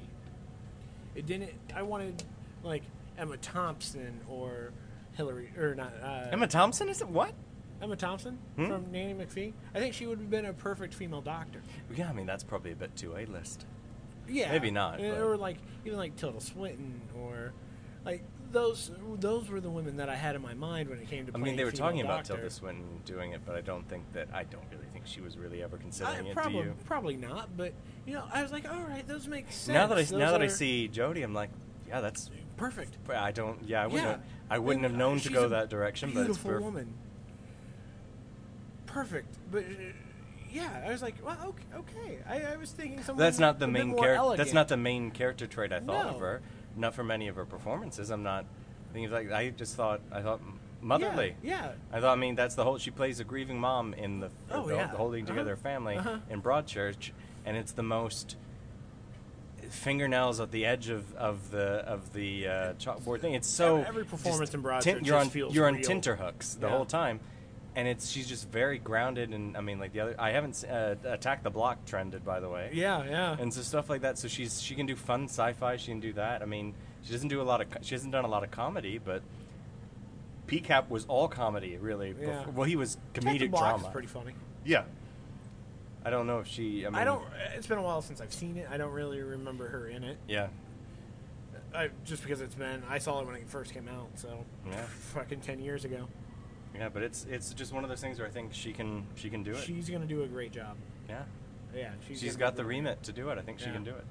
[SPEAKER 2] It didn't. I wanted like Emma Thompson or Hillary or not uh,
[SPEAKER 1] Emma Thompson is it what?
[SPEAKER 2] Emma Thompson
[SPEAKER 1] Hmm?
[SPEAKER 2] from Nanny McPhee. I think she would have been a perfect female doctor.
[SPEAKER 1] Yeah, I mean that's probably a bit too A list.
[SPEAKER 2] Yeah,
[SPEAKER 1] Maybe not,
[SPEAKER 2] Eh,
[SPEAKER 1] but-
[SPEAKER 2] Or like even like Tilda Swinton or like those. Those were the women that I had in my mind when it came to.
[SPEAKER 1] I
[SPEAKER 2] Playing
[SPEAKER 1] mean, they were
[SPEAKER 2] female
[SPEAKER 1] talking about
[SPEAKER 2] doctor.
[SPEAKER 1] Tilda Swinton doing it, but I don't think that I don't really think she was really ever considering
[SPEAKER 2] I,
[SPEAKER 1] it.
[SPEAKER 2] probably,
[SPEAKER 1] do you?
[SPEAKER 2] probably not, but you know, I was like, all right, those make sense.
[SPEAKER 1] now that I
[SPEAKER 2] Those
[SPEAKER 1] now that I
[SPEAKER 2] are
[SPEAKER 1] see Jodie, I'm like, yeah, that's.
[SPEAKER 2] perfect.
[SPEAKER 1] I don't. Yeah, I wouldn't.
[SPEAKER 2] Yeah.
[SPEAKER 1] Have, I wouldn't
[SPEAKER 2] And
[SPEAKER 1] have known to
[SPEAKER 2] she's
[SPEAKER 1] go
[SPEAKER 2] a
[SPEAKER 1] that direction. But it's
[SPEAKER 2] Beautiful
[SPEAKER 1] perfect.
[SPEAKER 2] woman. Perfect, but uh, yeah, I was like, well, okay, okay. I, I was thinking something.
[SPEAKER 1] That's not the
[SPEAKER 2] a bit
[SPEAKER 1] main
[SPEAKER 2] more
[SPEAKER 1] character. That's
[SPEAKER 2] elegant.
[SPEAKER 1] not the main character trait I thought
[SPEAKER 2] No.
[SPEAKER 1] of her. Not from any of her performances. I'm not. I think it's like I just thought. I thought motherly.
[SPEAKER 2] Yeah, yeah.
[SPEAKER 1] I thought, I mean, that's the whole. She plays a grieving mom in the,
[SPEAKER 2] Oh,
[SPEAKER 1] the-
[SPEAKER 2] yeah.
[SPEAKER 1] the holding together
[SPEAKER 2] Uh-huh.
[SPEAKER 1] family
[SPEAKER 2] Uh-huh.
[SPEAKER 1] in Broadchurch, and it's the most fingernails at the edge of, of the of the uh, chalkboard thing. It's so
[SPEAKER 2] Every- every performance
[SPEAKER 1] just
[SPEAKER 2] in Broadchurch
[SPEAKER 1] you're
[SPEAKER 2] just
[SPEAKER 1] on
[SPEAKER 2] feels
[SPEAKER 1] you're
[SPEAKER 2] real.
[SPEAKER 1] on tinterhooks the
[SPEAKER 2] Yeah.
[SPEAKER 1] whole time, and it's she's just very grounded. And I mean, like the other, I haven't s- uh, attacked the block trended by the way
[SPEAKER 2] Yeah, yeah.
[SPEAKER 1] and so stuff like that. So she's she can do fun sci-fi. She can do that. I mean, she doesn't do a lot of co- she hasn't done a lot of comedy, but PCAP was all comedy really.
[SPEAKER 2] Yeah.
[SPEAKER 1] before- well, he was
[SPEAKER 2] Jack the
[SPEAKER 1] comedic
[SPEAKER 2] Block
[SPEAKER 1] drama.
[SPEAKER 2] Is pretty funny.
[SPEAKER 1] yeah. I don't know if she. I, mean,
[SPEAKER 2] I don't. It's been a while since I've seen it. I don't really remember her in it.
[SPEAKER 1] Yeah.
[SPEAKER 2] I, just because it's been, I saw it when it first came out, so
[SPEAKER 1] Yeah.
[SPEAKER 2] fucking ten years ago.
[SPEAKER 1] Yeah, but it's it's just one of those things where I think she can she can do it.
[SPEAKER 2] She's gonna do a great job.
[SPEAKER 1] yeah.
[SPEAKER 2] Yeah, she's,
[SPEAKER 1] she's
[SPEAKER 2] gonna
[SPEAKER 1] got
[SPEAKER 2] do
[SPEAKER 1] the
[SPEAKER 2] a great-
[SPEAKER 1] remit to do it. I think she
[SPEAKER 2] Yeah.
[SPEAKER 1] can do it.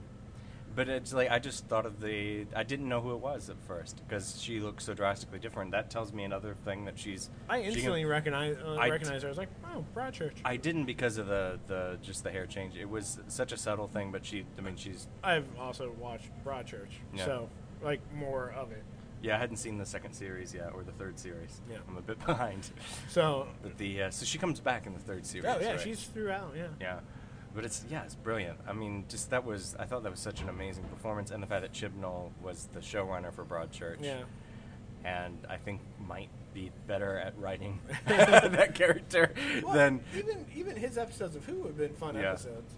[SPEAKER 1] But it's like I just thought of the. I didn't know who it was at first because she looked so drastically different. That tells me another thing that she's.
[SPEAKER 2] I
[SPEAKER 1] she can-
[SPEAKER 2] instantly recognize uh,
[SPEAKER 1] I-
[SPEAKER 2] recognize her. I was like, oh, Broadchurch.
[SPEAKER 1] I didn't because of the, the just the hair change. It was such a subtle thing, but she. I mean, she's
[SPEAKER 2] I've also watched Broadchurch,
[SPEAKER 1] Yeah.
[SPEAKER 2] so like more of it.
[SPEAKER 1] Yeah, I hadn't seen the second series yet or the third series.
[SPEAKER 2] Yeah.
[SPEAKER 1] I'm a bit behind.
[SPEAKER 2] So,
[SPEAKER 1] But the uh, so she comes back in the third series.
[SPEAKER 2] oh yeah,
[SPEAKER 1] right?
[SPEAKER 2] she's throughout. Yeah.
[SPEAKER 1] yeah, but it's yeah, it's brilliant. I mean, just that was I thought that was such an amazing performance, and the fact that Chibnall was the showrunner for Broadchurch.
[SPEAKER 2] Yeah.
[SPEAKER 1] and I think might be better at writing that character
[SPEAKER 2] Well,
[SPEAKER 1] than
[SPEAKER 2] even even his episodes of Who have been fun
[SPEAKER 1] Yeah.
[SPEAKER 2] episodes.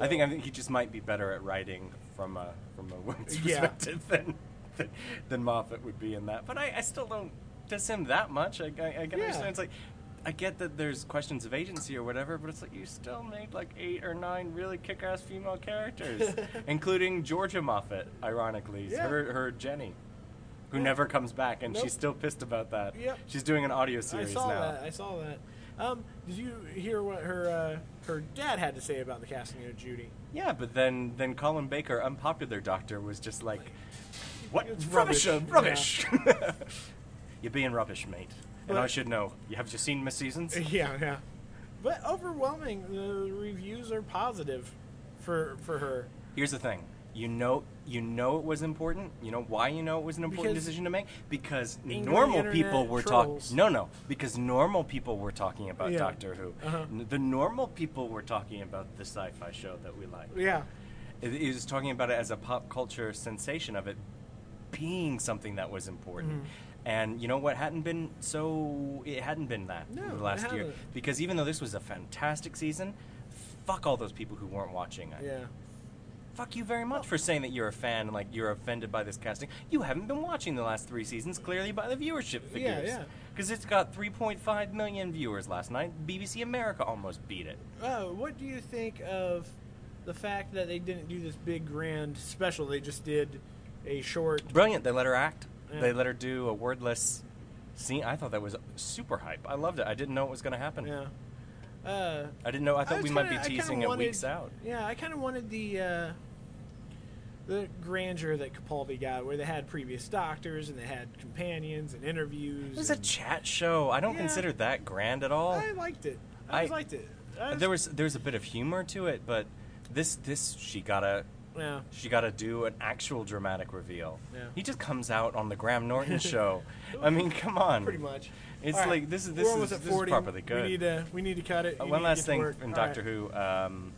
[SPEAKER 1] I think
[SPEAKER 2] So-
[SPEAKER 1] I think he just might be better at writing from a from a woman's
[SPEAKER 2] Yeah.
[SPEAKER 1] perspective than, than than Moffat would be in that. But I, I still don't diss him that much. I, I, I can
[SPEAKER 2] Yeah.
[SPEAKER 1] understand. It's like I get that there's questions of agency or whatever, but it's like you still made like eight or nine really kick-ass female characters, including Georgia Moffat. Ironically,
[SPEAKER 2] Yeah.
[SPEAKER 1] her her Jenny, who
[SPEAKER 2] Yeah.
[SPEAKER 1] never comes back, and
[SPEAKER 2] Nope.
[SPEAKER 1] she's still pissed about that.
[SPEAKER 2] Yep.
[SPEAKER 1] She's doing an audio
[SPEAKER 2] I
[SPEAKER 1] series
[SPEAKER 2] saw
[SPEAKER 1] now.
[SPEAKER 2] that. I saw that. Um, did you hear what her uh, her dad had to say about the casting of Judy?
[SPEAKER 1] Yeah, but then then Colin Baker, unpopular doctor, was just like, "What
[SPEAKER 2] It's
[SPEAKER 1] rubbish? uh,
[SPEAKER 2] rubbish."
[SPEAKER 1] Rubbish! You're being rubbish, mate." and I
[SPEAKER 2] But-
[SPEAKER 1] should know. You have you seen Miss Seasons?
[SPEAKER 2] Yeah, yeah. But overwhelming, the reviews are positive for for her.
[SPEAKER 1] Here's the thing. You know, you know it was important. You know why you know it was an important
[SPEAKER 2] Because-
[SPEAKER 1] decision to make because
[SPEAKER 2] Angry
[SPEAKER 1] normal people
[SPEAKER 2] internet
[SPEAKER 1] were talking.
[SPEAKER 2] trolls.
[SPEAKER 1] No, no, because normal people were talking about
[SPEAKER 2] Yeah.
[SPEAKER 1] Doctor Who.
[SPEAKER 2] Uh-huh.
[SPEAKER 1] N- The normal people were talking about the sci-fi show that we like.
[SPEAKER 2] Yeah,
[SPEAKER 1] It- He was talking about it as a pop culture sensation of it being something that was important.
[SPEAKER 2] Mhm.
[SPEAKER 1] And you know what hadn't been so it hadn't been that
[SPEAKER 2] No,
[SPEAKER 1] the
[SPEAKER 2] it
[SPEAKER 1] last year
[SPEAKER 2] hasn't.
[SPEAKER 1] because even though this was a fantastic season, fuck all those people who weren't watching it.
[SPEAKER 2] yeah.
[SPEAKER 1] Fuck you very much for saying that you're a fan and like you're offended by this casting. You haven't been watching the last 3 seasons clearly by the viewership
[SPEAKER 2] Yeah,
[SPEAKER 1] figures.
[SPEAKER 2] yeah.
[SPEAKER 1] Cuz it's got 3.5 million viewers last night. BBC America almost beat it.
[SPEAKER 2] Oh, what do you think of the fact that they didn't do this big grand special? They just did a short.
[SPEAKER 1] Brilliant. They let her act.
[SPEAKER 2] Yeah.
[SPEAKER 1] They let her do a wordless scene. I thought that was super hype. I loved it. I didn't know it was going to happen.
[SPEAKER 2] Yeah. Uh,
[SPEAKER 1] I didn't know. I thought
[SPEAKER 2] was
[SPEAKER 1] we might be
[SPEAKER 2] kinda- I kinda
[SPEAKER 1] teasing it
[SPEAKER 2] wanted-
[SPEAKER 1] weeks out.
[SPEAKER 2] Yeah, I kind of wanted the uh, the grandeur that Capaldi got, where they had previous doctors and they had companions and interviews.
[SPEAKER 1] It was a
[SPEAKER 2] and-
[SPEAKER 1] chat show. I don't
[SPEAKER 2] Yeah.
[SPEAKER 1] consider that grand at all.
[SPEAKER 2] I liked it. I,
[SPEAKER 1] I-
[SPEAKER 2] liked it. I
[SPEAKER 1] there was there was a bit of humor to it, but this this she got to
[SPEAKER 2] yeah.
[SPEAKER 1] she got to do an actual dramatic reveal.
[SPEAKER 2] Yeah.
[SPEAKER 1] He just comes out on the Graham Norton show. I mean, come on.
[SPEAKER 2] Pretty much.
[SPEAKER 1] It's
[SPEAKER 2] All right.
[SPEAKER 1] like this is this
[SPEAKER 2] We're almost
[SPEAKER 1] is,
[SPEAKER 2] at
[SPEAKER 1] this is
[SPEAKER 2] 40.
[SPEAKER 1] properly good.
[SPEAKER 2] We need to we need to cut it.
[SPEAKER 1] Uh,
[SPEAKER 2] You
[SPEAKER 1] one
[SPEAKER 2] need to get
[SPEAKER 1] last
[SPEAKER 2] to
[SPEAKER 1] thing
[SPEAKER 2] work.
[SPEAKER 1] in
[SPEAKER 2] All
[SPEAKER 1] Doctor
[SPEAKER 2] right.
[SPEAKER 1] Who. Um,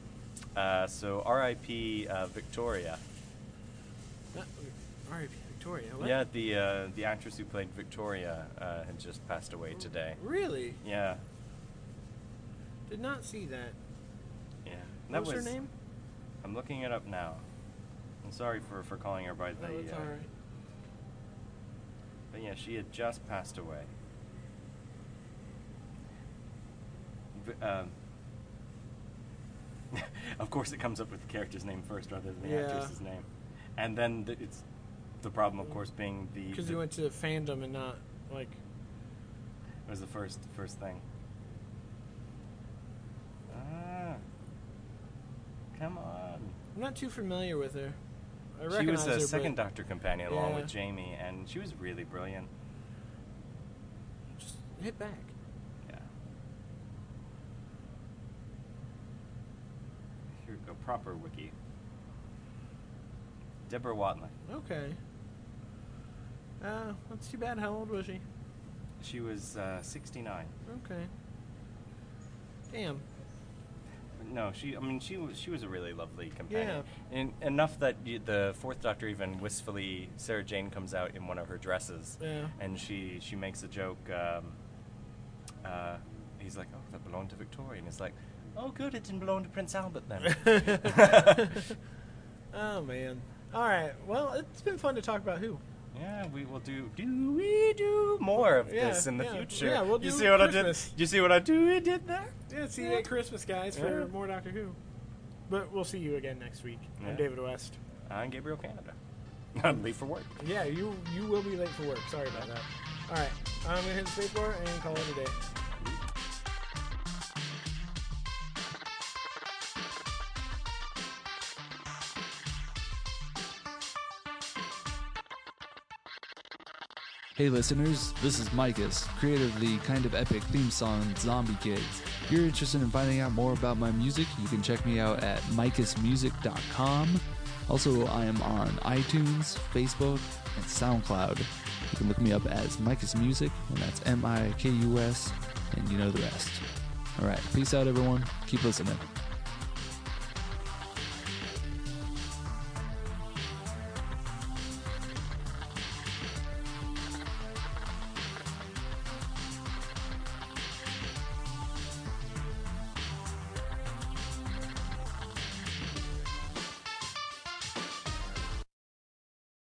[SPEAKER 1] uh, so R.I.P. Uh, Victoria.
[SPEAKER 2] Uh, R.I.P. Victoria. What?
[SPEAKER 1] Yeah, the uh, the actress who played Victoria uh, had just passed away today.
[SPEAKER 2] Really?
[SPEAKER 1] Yeah,
[SPEAKER 2] Did not see that.
[SPEAKER 1] yeah.
[SPEAKER 2] What was, her name?
[SPEAKER 1] I'm looking it up now. I'm sorry for, for calling her by the.
[SPEAKER 2] No, it's
[SPEAKER 1] uh,
[SPEAKER 2] all right.
[SPEAKER 1] But yeah, she had just passed away. V- um, of course, it comes up with the character's name first rather than the
[SPEAKER 2] Yeah.
[SPEAKER 1] actress's name, and then the, it's the problem, of course, being the
[SPEAKER 2] Because
[SPEAKER 1] the-
[SPEAKER 2] you went to fandom and not like.
[SPEAKER 1] It was the first first thing. Ah, come on.
[SPEAKER 2] I'm not too familiar with her. I
[SPEAKER 1] she
[SPEAKER 2] recognize
[SPEAKER 1] was
[SPEAKER 2] her,
[SPEAKER 1] a
[SPEAKER 2] but-
[SPEAKER 1] second Doctor companion along with
[SPEAKER 2] Yeah.
[SPEAKER 1] Jamie, and she was really brilliant.
[SPEAKER 2] Just hit back.
[SPEAKER 1] Yeah. Here we go. Proper wiki. Deborah Watling.
[SPEAKER 2] Okay. Uh, that's too bad. How old was she?
[SPEAKER 1] She was uh, 69.
[SPEAKER 2] Okay. Damn.
[SPEAKER 1] No, she. I mean, she was. She was a really lovely companion,
[SPEAKER 2] Yeah.
[SPEAKER 1] and enough that you, the fourth Doctor even wistfully Sarah Jane comes out in one of her dresses,
[SPEAKER 2] Yeah.
[SPEAKER 1] and she she makes a joke. Um, uh, he's like, "Oh, that belonged to Victoria," and it's like, "Oh, good, it didn't belong to Prince Albert then."
[SPEAKER 2] oh man. All right. Well, it's been fun to talk about who.
[SPEAKER 1] yeah, we will do. Do we do more of
[SPEAKER 2] Yeah,
[SPEAKER 1] this in the
[SPEAKER 2] yeah.
[SPEAKER 1] future?
[SPEAKER 2] Yeah, we'll
[SPEAKER 1] You
[SPEAKER 2] do
[SPEAKER 1] see what I
[SPEAKER 2] Christmas.
[SPEAKER 1] did? You see what I do? We did there.
[SPEAKER 2] Yeah. See you at Christmas, guys, for
[SPEAKER 1] Yeah.
[SPEAKER 2] more Doctor Who. But we'll see you again next week.
[SPEAKER 1] Yeah.
[SPEAKER 2] I'm David West.
[SPEAKER 1] I'm Gabriel Canada. I leave for work.
[SPEAKER 2] Yeah, you you will be late for work. Sorry about that. All right. I'm gonna hit the space bar and call it a day.
[SPEAKER 3] Hey listeners, this is Micus, creator of the kind of epic theme song Zombie Kids. If you're interested in finding out more about my music, you can check me out at micusmusic.com. Also, I am on iTunes, Facebook, and SoundCloud. You can look me up as Micus Music, and that's M I K U S, and you know the rest. All right, peace out, everyone. Keep listening.